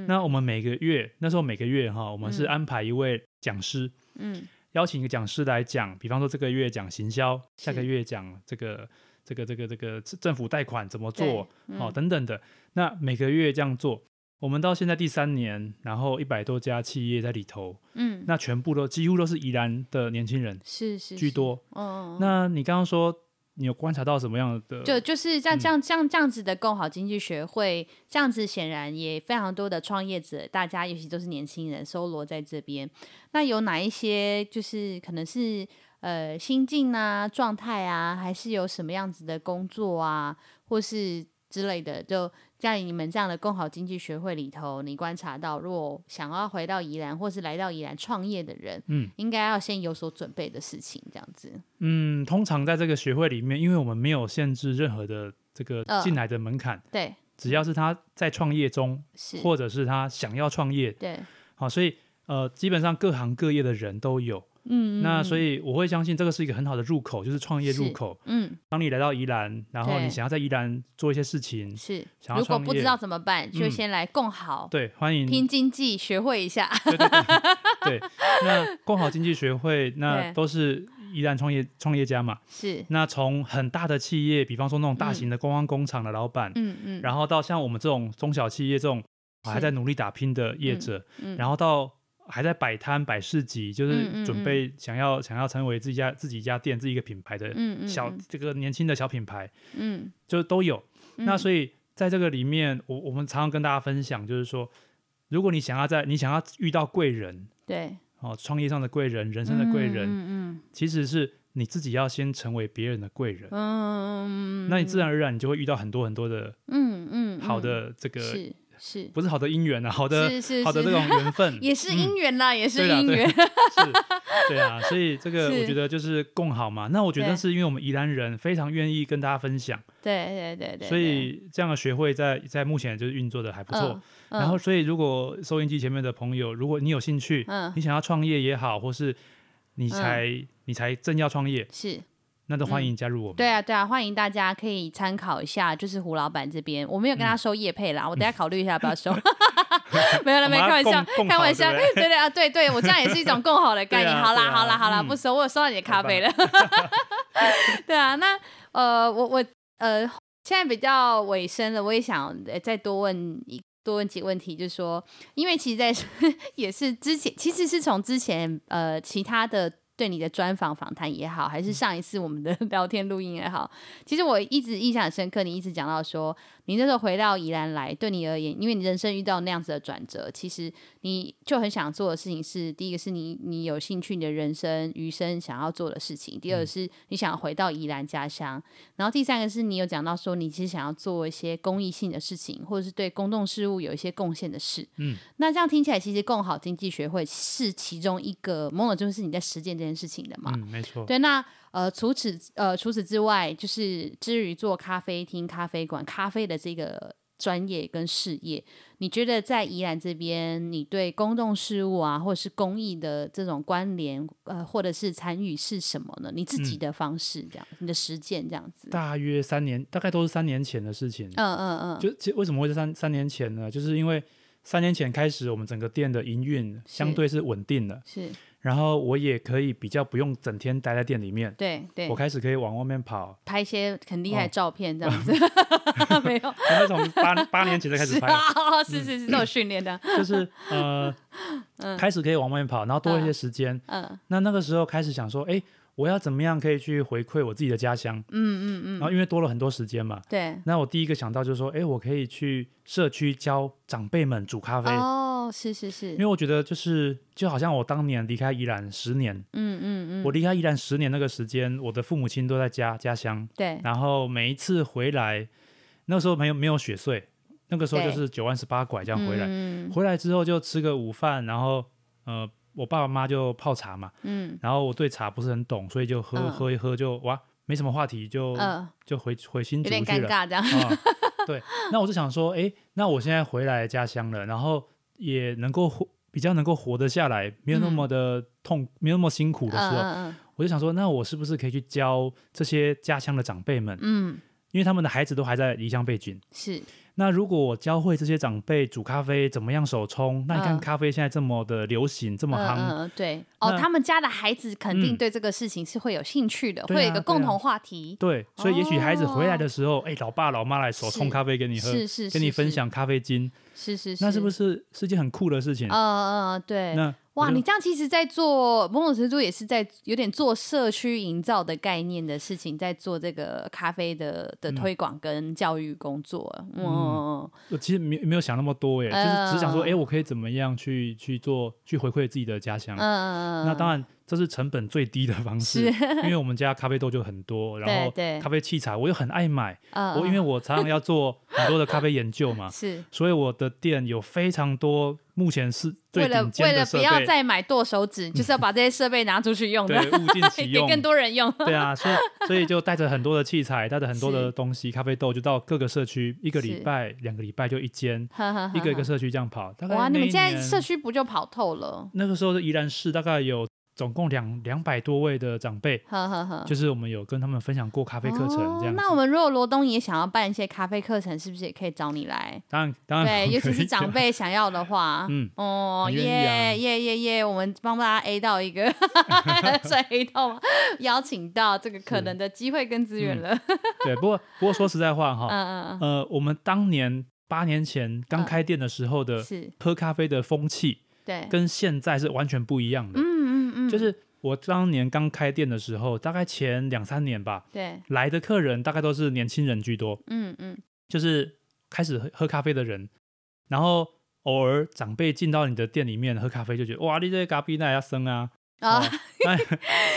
A: 嗯嗯，
B: 那我们每个月，那时候每个月哈，我们是
A: 嗯
B: 安排一位讲师，
A: 嗯
B: 邀请一个讲师来讲，比方说这个月讲行销，下个
A: 是
B: 月讲这个这个这个这个政府贷款怎么做，
A: 对
B: 哦
A: 嗯
B: 等等的。那每个月这样做，我们到现在第三年，然后一百多家企业在里头，
A: 嗯，
B: 那全部都几乎都是宜兰的年轻人
A: 是是
B: 居
A: 是，
B: 多。
A: 嗯，嗯嗯
B: 那你刚刚说你有观察到什么样的？
A: 就就是像
B: 嗯
A: 这样这样这样子的共好经济学会，这样子显然也非常多的创业者，大家尤其都是年轻人搜罗在这边。那有哪一些就是可能是呃心境啊、状态啊，还是有什么样子的工作啊，或是之类的？就在你们这样的共好经济学会里头，你观察到，如果想要回到宜兰或是来到宜兰创业的人，
B: 嗯，
A: 应该要先有所准备的事情，这样子。
B: 嗯，通常在这个学会里面，因为我们没有限制任何的这个
A: 呃
B: 进来的门槛，
A: 对，
B: 只要是他在创业中，
A: 是，
B: 或者是他想要创业，
A: 对，
B: 好、所以呃，基本上各行各业的人都有。
A: 嗯，
B: 那
A: 嗯
B: 所，以我会相信这个是一个很好的入口，就是创业入
A: 是
B: 口。
A: 嗯。
B: 当你来到宜兰，然后你
A: 对
B: 想要在宜兰做一些事情，
A: 是，
B: 想要
A: 如果
B: 创
A: 不
B: 业
A: 知道怎么办，就
B: 嗯
A: 先来共好、
B: 对，欢迎
A: 拼经济，学会一下。
B: 对对对 对。那共好经济学会，那
A: 对
B: 都是宜兰创业创业家嘛。
A: 是，
B: 那从很大的企业，比方说那种大
A: 嗯
B: 型的观光工厂的老板，
A: 嗯嗯，
B: 然后到像我们这种中小企业这种还
A: 是
B: 在努力打拼的业者，
A: 嗯
B: 然后到还在摆摊摆市集，就
A: 嗯嗯
B: 是准备想要、想要成为自己家自己一家店、自己一个品牌的
A: 嗯嗯
B: 小、这个年轻的小品牌，
A: 嗯，
B: 就都有。那
A: 以
B: 所以在这个里面，我我们常常跟大家分享，就是说，如果你想要在你想要遇到贵人
A: 对
B: 哦，创业上的贵人、人生的贵人，
A: 嗯
B: 其实是你自己要先成为别人的贵人
A: 嗯。嗯，
B: 那你自然而然你就会遇到很多很多的
A: 嗯嗯嗯
B: 好的这个、
A: 是是
B: 不是好的姻缘啊，好的
A: 是是
B: 好的
A: 是
B: 这种缘 分
A: 也是
B: 嗯
A: 姻缘啦，也是
B: 对啦
A: 姻
B: 对
A: 缘，
B: 是，对啊，所以这个
A: 是
B: 我觉得就是共好嘛。那我觉得
A: 对
B: 是因为我们宜兰人非常愿意跟大家分享，
A: 对对对对，
B: 所
A: 对
B: 以这样的学会在在目前就是运作的还不错。，
A: 嗯
B: 然后，
A: 嗯
B: 所以如果收音机前面的朋友，如果你有兴趣，
A: 嗯
B: 你想要创业也好，或是你才、你才正要创业，
A: 是
B: 那都欢迎加入我们。
A: 对啊，对啊，欢迎大家可以参考一下，就是胡老板这边，我没有跟他
B: 嗯
A: 收叶配啦，我等下考虑一下要不要 收。没有了，
B: 我们
A: 没
B: 要
A: 开玩笑
B: 共，共
A: 开
B: 好
A: 玩笑，
B: 对
A: 对对啊，对对，我这样也是一种共好的概念。
B: 对啊
A: 好啦，
B: 对啊
A: 好啦，好啦，
B: 嗯
A: 不收，我有收到你的咖啡了。 对啊，那呃，我我呃，现在比较尾声了，我也想呃再多问一多问几个问题，就是说，因为其实在 也是之前，其实是从之前呃其他的对你的专访访谈也好，还是上一次我们的 聊天录音也好，其实我一直印象很深刻，你一直讲到说，你那时候回到宜兰来，对你而言，因为你人生遇到那样子的转折，其实你就很想做的事情是，第一个是你你有兴趣你的人生余生想要做的事情，第二是你想要回到宜兰家乡，然后第三个是你有讲到说，你其实想要做一些公益性的事情，或者是对公众事务有一些贡献的事。
B: 嗯，
A: 那这样听起来，其实共好经济学会是其中一个某种就是你在实践这件事情的嘛？
B: 嗯，没错。
A: 对，那呃，除此呃除此之外，就是至于做咖啡厅、咖啡馆、咖啡的这个专业跟事业，你觉得在宜兰这边，你对公众事务啊，或者是公益的这种关联，呃，或者是参与是什么呢？你自己
B: 嗯
A: 的方式这样，你的实践这样子。
B: 大约三年，大概都是三年前的事情。
A: 嗯嗯嗯，
B: 就其实为什么会是三三年前呢？就是因为三年前开始，我们整个店的营运相对是稳定的，
A: 是
B: 然后我也可以比较不用整天待在店里面，
A: 对对
B: 我，开始可以往外面跑。
A: 拍一些很厉
B: 哦
A: 害的照片这样 子，没有。
B: 我那从八八年前就开始拍了，嗯
A: 啊，是是是，都有训练的，
B: 就是呃，开始可以往外面跑，然后多一些时间。
A: 嗯
B: 那那个时候开始想说，哎，我要怎么样可以去回馈我自己的家乡？
A: 嗯嗯嗯，
B: 然后因为多了很多时间嘛。
A: 对，
B: 那我第一个想到就是说，哎，我可以去社区教长辈们煮咖啡，
A: 哦，是是是
B: 因，为我觉得就是就好像我当年离开宜兰十年，
A: 嗯嗯
B: 我
A: 嗯，
B: 离开宜兰十年那个时间，我的父母亲都在家家乡，
A: 对，
B: 然后每一次回来，那个时候没有没有雪穗，那个时候就
A: 对
B: 是九万十八拐这样回来，
A: 嗯
B: 回来之后就吃个午饭，然后呃，我爸爸妈妈就泡茶嘛，
A: 嗯
B: 然后我对茶不是很懂，所以就喝、
A: 嗯
B: 喝一喝就哇，没什么话题，就、
A: 呃，
B: 就回回新
A: 有
B: 竹
A: 点
B: 去
A: 尴
B: 了。
A: 尬这样。
B: 啊、对，那我就想说，诶，那我现在回来家乡了，然后也能够活，比较能够活得下来，没有那
A: 嗯
B: 么的痛，没有那么辛苦
A: 嗯
B: 的时候，
A: 嗯
B: 我就想说，那我是不是可以去教这些家乡的长辈们，
A: 嗯，嗯
B: 因为他们的孩子都还在离乡背景。
A: 是
B: 那如果我教会这些长辈煮咖啡怎么样手冲，那你看
A: 嗯
B: 咖啡现在这么的流行，这
A: 嗯
B: 么夯，
A: 嗯嗯对哦，
B: 那
A: 他们家的孩子肯定
B: 嗯
A: 对这个事情是会有兴趣的，
B: 对
A: 会有
B: 啊
A: 一个
B: 对
A: 共
B: 啊
A: 同话题。
B: 对，所以也许孩子回来
A: 哦
B: 的时候，诶，哎老爸老妈来手冲
A: 是
B: 咖啡给你喝，
A: 是是，
B: 跟
A: 是
B: 你分
A: 是
B: 享咖啡精，
A: 是是是，
B: 那是不
A: 是？
B: 是是件很酷的事情？
A: 嗯嗯嗯，对。
B: 那我
A: 哇，
B: 就
A: 你这样其实，在做某种程度也是在有点做社区营造的概念的事情，在做这个咖啡的的
B: 嗯
A: 推广跟教育工作。嗯，
B: 我其实没没有想那么多耶，就是只想说，哎、我可以怎么样去去做，去回馈自己的家乡。
A: 嗯，
B: 那当然，这是成本最低的方式，因为我们家咖啡豆就很多，然后
A: 对对
B: 咖啡器材我又很爱买，
A: 然，
B: 我因为我常常要做很多的咖啡研究嘛
A: 嗯是
B: 所以我的店有非常多目前是最
A: 为了
B: 顶
A: 为
B: 尖
A: 了
B: 的
A: 不
B: 设
A: 要
B: 备，
A: 再买剁手指，就是要把这些设备拿出去用
B: 对
A: 的，
B: 物尽其
A: 给
B: 用，
A: 更多人用。
B: 对啊，所以所以就带着很多的器材，带着很多
A: 是
B: 的东西，咖啡豆就到各个社区，一个礼
A: 是
B: 拜、两个礼拜就一间，一
A: 一
B: 个一个社区这样跑。大概
A: 哇，
B: 那
A: 你们
B: 一
A: 现在
B: 年
A: 社区不就跑透了？
B: 那个时候的宜兰市大概有总共两两百多位的长辈，
A: 呵呵呵，
B: 就是我们有跟他们分享过咖啡课程
A: 嗯哦
B: 这样子。
A: 那我们如果罗东也想要办一些咖啡课程，是不是也可以找你来？
B: 当然当然
A: 对，
B: 我
A: 尤
B: 可
A: 其
B: 以
A: 是长
B: 讲，
A: 辈想要的话，
B: 嗯，
A: 哦
B: 很愿意啊
A: 耶耶耶耶，我们帮大家 A 到一个，算 A 到吗？邀请到这个可
B: 是
A: 能的机会跟资源
B: 嗯
A: 了。
B: 对。不过不过说实在话哈，
A: 嗯嗯
B: 呃，我们当年八年前刚开店的时候
A: 嗯，
B: 的
A: 是，
B: 喝咖啡的风气，
A: 对，
B: 跟现在是完全不一样的。
A: 嗯嗯嗯，
B: 就是我当年刚开店的时候，大概前两三年吧，
A: 对，
B: 来的客人大概都是年轻人居多，
A: 嗯嗯，
B: 就是开始喝喝咖啡的人，然后偶尔长辈进到你的店里面喝咖啡，就觉得哇，你这咖啡那要生啊，
A: 啊
B: 哦那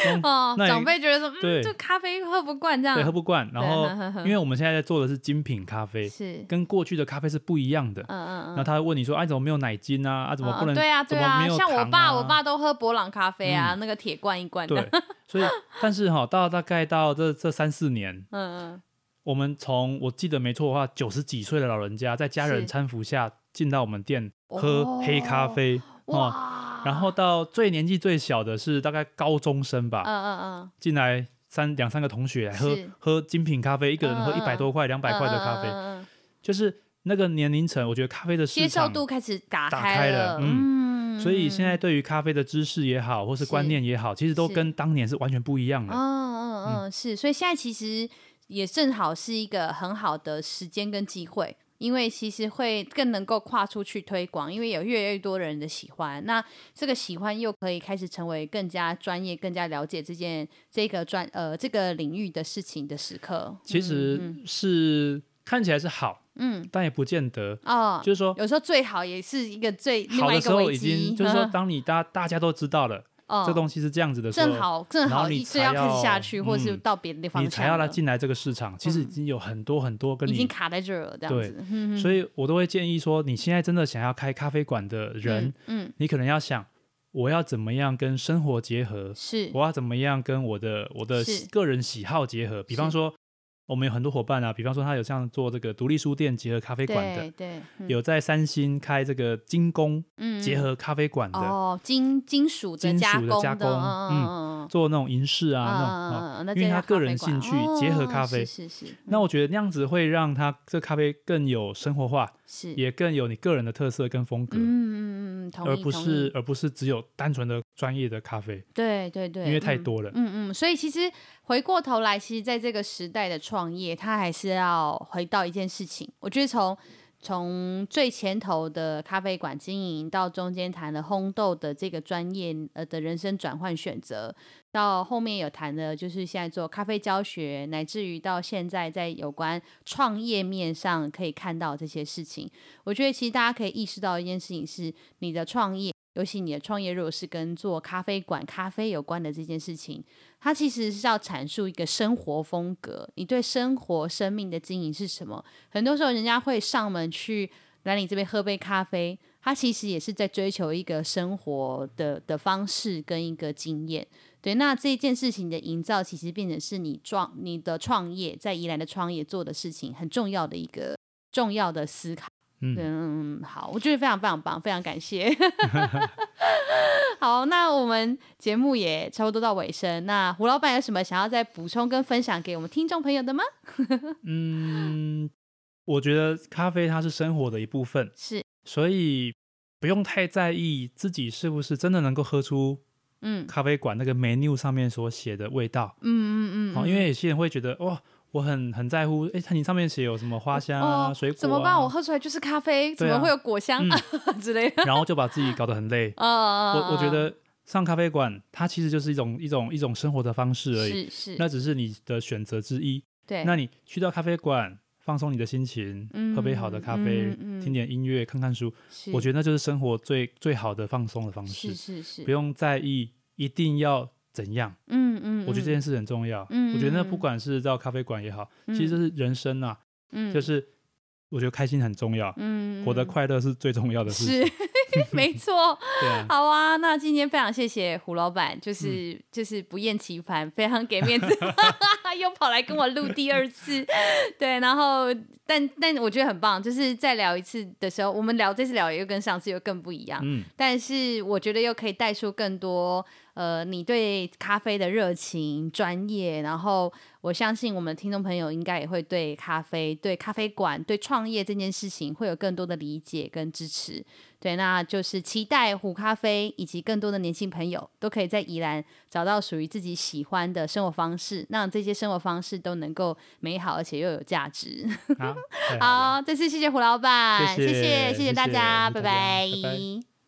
B: 嗯
A: 哦，
B: 那
A: 长
B: 也
A: 辈觉得说，嗯，
B: 对
A: 这咖啡喝不惯这样
B: 对，，喝不 惯。然后
A: 呵呵呵
B: 因为我们现在在做的是精品咖啡，
A: 是，
B: 跟过去的咖啡是不一样的。
A: 嗯嗯
B: 然后
A: 嗯。
B: 他会问你说：“哎、啊，怎么没有奶精啊？啊，怎么
A: 嗯
B: 不能？
A: 对啊，对
B: 怎么
A: 啊，
B: 没有
A: 像我
B: 糖
A: 爸，
B: 啊嗯
A: 我爸都喝博朗咖啡啊，那个铁罐一罐的，
B: 对，所以但是哈、到大概到这这三四年，
A: 嗯
B: 我们从我记得没错的话，九十几岁的老人家在家
A: 是
B: 人搀扶下进到我们店
A: 哦
B: 喝黑咖啡哦
A: 嗯，哇，
B: 然后到最年纪最小的是大概高中生吧，
A: 嗯嗯
B: 进来三两三个同学来喝
A: 是
B: 喝精品咖啡，一个人喝
A: 嗯嗯
B: 一百多块、两
A: 嗯，
B: 百块的咖啡，
A: 嗯嗯嗯嗯
B: 就是那个年龄层，我觉得咖啡的
A: 接
B: 市
A: 受
B: 场，
A: 度开始打
B: 打
A: 开
B: 开了
A: 嗯
B: 所以现在对于咖啡的知识也好，或是
A: 是
B: 观念也好，其实都跟当年是完全不一样
A: 嗯
B: 的。
A: 嗯嗯是，所以现在其实也正好是一个很好的时间跟机会。因为其实会更能够跨出去推广，因为有越来越多人的喜欢，那这个喜欢又可以开始成为更加专业、更加了解这件这个专呃这个领域的事情的时刻。
B: 其实是、看起来是好，
A: 嗯，
B: 但也不见得，
A: 哦，
B: 就是说。
A: 有时候最好也是一个最另
B: 好
A: 外一
B: 的时
A: 个
B: 候
A: 危
B: 已
A: 机， 嗯
B: 经就是说，当你大大家都知道了，
A: 哦
B: 这东西是这样子的时候，
A: 正好正
B: 然后
A: 好
B: 你
A: 一直
B: 才
A: 要开始下
B: 要
A: 去，或是
B: 嗯
A: 到别的地方
B: 你才要来
A: 了嗯
B: 进来这个市场，其实已经有很多很多跟
A: 已经
B: 你，
A: 卡在这儿了，这样
B: 对
A: 子。嗯
B: 所以我都会建议说，你现在真的想要开咖啡馆的人，，
A: 嗯嗯，
B: 你可能要想，我要怎么样跟生活结合，
A: 是，
B: 我要怎么样跟我的我的
A: 是
B: 个人喜好结合，比方
A: 是
B: 说。我们有很多伙伴啊，比方说他有像做这个独立书店结合咖啡馆的
A: 对，对，嗯
B: 有在三星开这个精工
A: 嗯
B: 结合咖啡馆的，
A: 哦，金金属的
B: 金属
A: 加
B: 的
A: 工
B: 加
A: 的，
B: 工
A: 嗯嗯嗯
B: 做那种银饰
A: 嗯
B: 啊那种、
A: 嗯
B: 哦
A: 嗯嗯，那
B: 因为
A: 这
B: 他
A: 叫咖
B: 个
A: 啡
B: 人
A: 馆
B: 兴趣结合咖
A: 哦
B: 啡
A: 是是是。
B: 那
A: 嗯
B: 我觉得那样子会让它这咖啡更有生活化，
A: 是
B: 也更有你个人的特色跟风格，
A: 嗯嗯嗯嗯，同
B: 而
A: 意
B: 不
A: 同
B: 是
A: 意
B: 而不是只有单纯的专业的咖啡，
A: 对对对，
B: 因为太
A: 嗯
B: 多了。
A: 嗯嗯，所以其实回过头来，其实在这个时代的创业，它还是要回到一件事情。我觉得从从最前头的咖啡馆经营，到中间谈了烘豆的这个专业呃的人生转换选择，到后面有谈的就是现在做咖啡教学，乃至于到现在在有关创业面上可以看到这些事情。我觉得其实大家可以意识到一件事情是，你的创业尤其你的创业如果是跟做咖啡馆、咖啡有关的这件事情，它其实是要阐述一个生活风格，你对生活、生命的经营是什么？很多时候人家会上门去来你这边喝杯咖啡，他其实也是在追求一个生活的的方式跟一个经验。对，那这件事情的营造，其实变成是你创你的创业在宜兰的创业做的事情很重要的一个重要的思考。
B: 嗯，
A: 嗯，好，我觉得非常非常棒，非常感谢。 好，那我们节目也差不多到尾声。那胡老板有什么想要再补充跟分享给我们听众朋友的吗？
B: 嗯，我觉得咖啡它是生活的一部分，
A: 是，
B: 所以不用太在意自己是不是真的能够喝出
A: 嗯
B: 咖啡馆那个 menu 上面所写的味道。
A: 嗯嗯嗯，
B: 好、
A: 嗯
B: 哦因为有些人会觉得哇，我很很在乎，哎，它你上面写有什么花香啊、
A: 哦，
B: 水果、啊，
A: 怎么办？我喝出来就是咖啡，怎
B: 对啊
A: 么会有果香、 之类的？
B: 然后就把自己搞得很 累。
A: 啊啊，
B: 我我觉得上咖啡馆，它其实就是一种一种一种生活的方式而已，
A: 是是，
B: 那只是你的选择之一。
A: 对，
B: 那你去到咖啡馆，放松你的心情，
A: 嗯
B: 喝杯好的咖啡，
A: 嗯嗯
B: 听点音乐，看看书，
A: 是
B: 我觉得那就是生活最最好的放松的方
A: 是
B: 式，
A: 是是，
B: 不用在意一定要怎样。
A: 嗯嗯，
B: 我觉得这件事很重要。
A: 嗯
B: 我觉得那
A: 嗯嗯
B: 不管是到咖啡馆也好，
A: 嗯
B: 其实这是人生啊，
A: 嗯
B: 就是我觉得开心很重要，
A: 嗯
B: 活得
A: 嗯
B: 快乐是最重要的事情。
A: 是 没错。
B: 对啊，
A: 好啊，那今天非常谢谢胡老板，就是、就是不厌其烦，非常给面子， 又跑来跟我录第二次。对，然后但但我觉得很棒，就是再聊一次的时候，我们聊这次聊又跟上次又更不一样。
B: 嗯，
A: 但是我觉得又可以带出更多呃你对咖啡的热情、专业，然后我相信我们的听众朋友应该也会对咖啡、对咖啡馆、对创业这件事情会有更多的理解跟支持。对，那就是期待虎咖啡以及更多的年轻朋友都可以在宜兰找到属于自己喜欢的生活方式，让这些生活方式都能够美好而且又有价值。
B: 好，太好了啊
A: 好，这次谢谢胡老板，
B: 谢谢
A: 谢谢大家，
B: 谢谢谢谢大家
A: 拜
B: 拜拜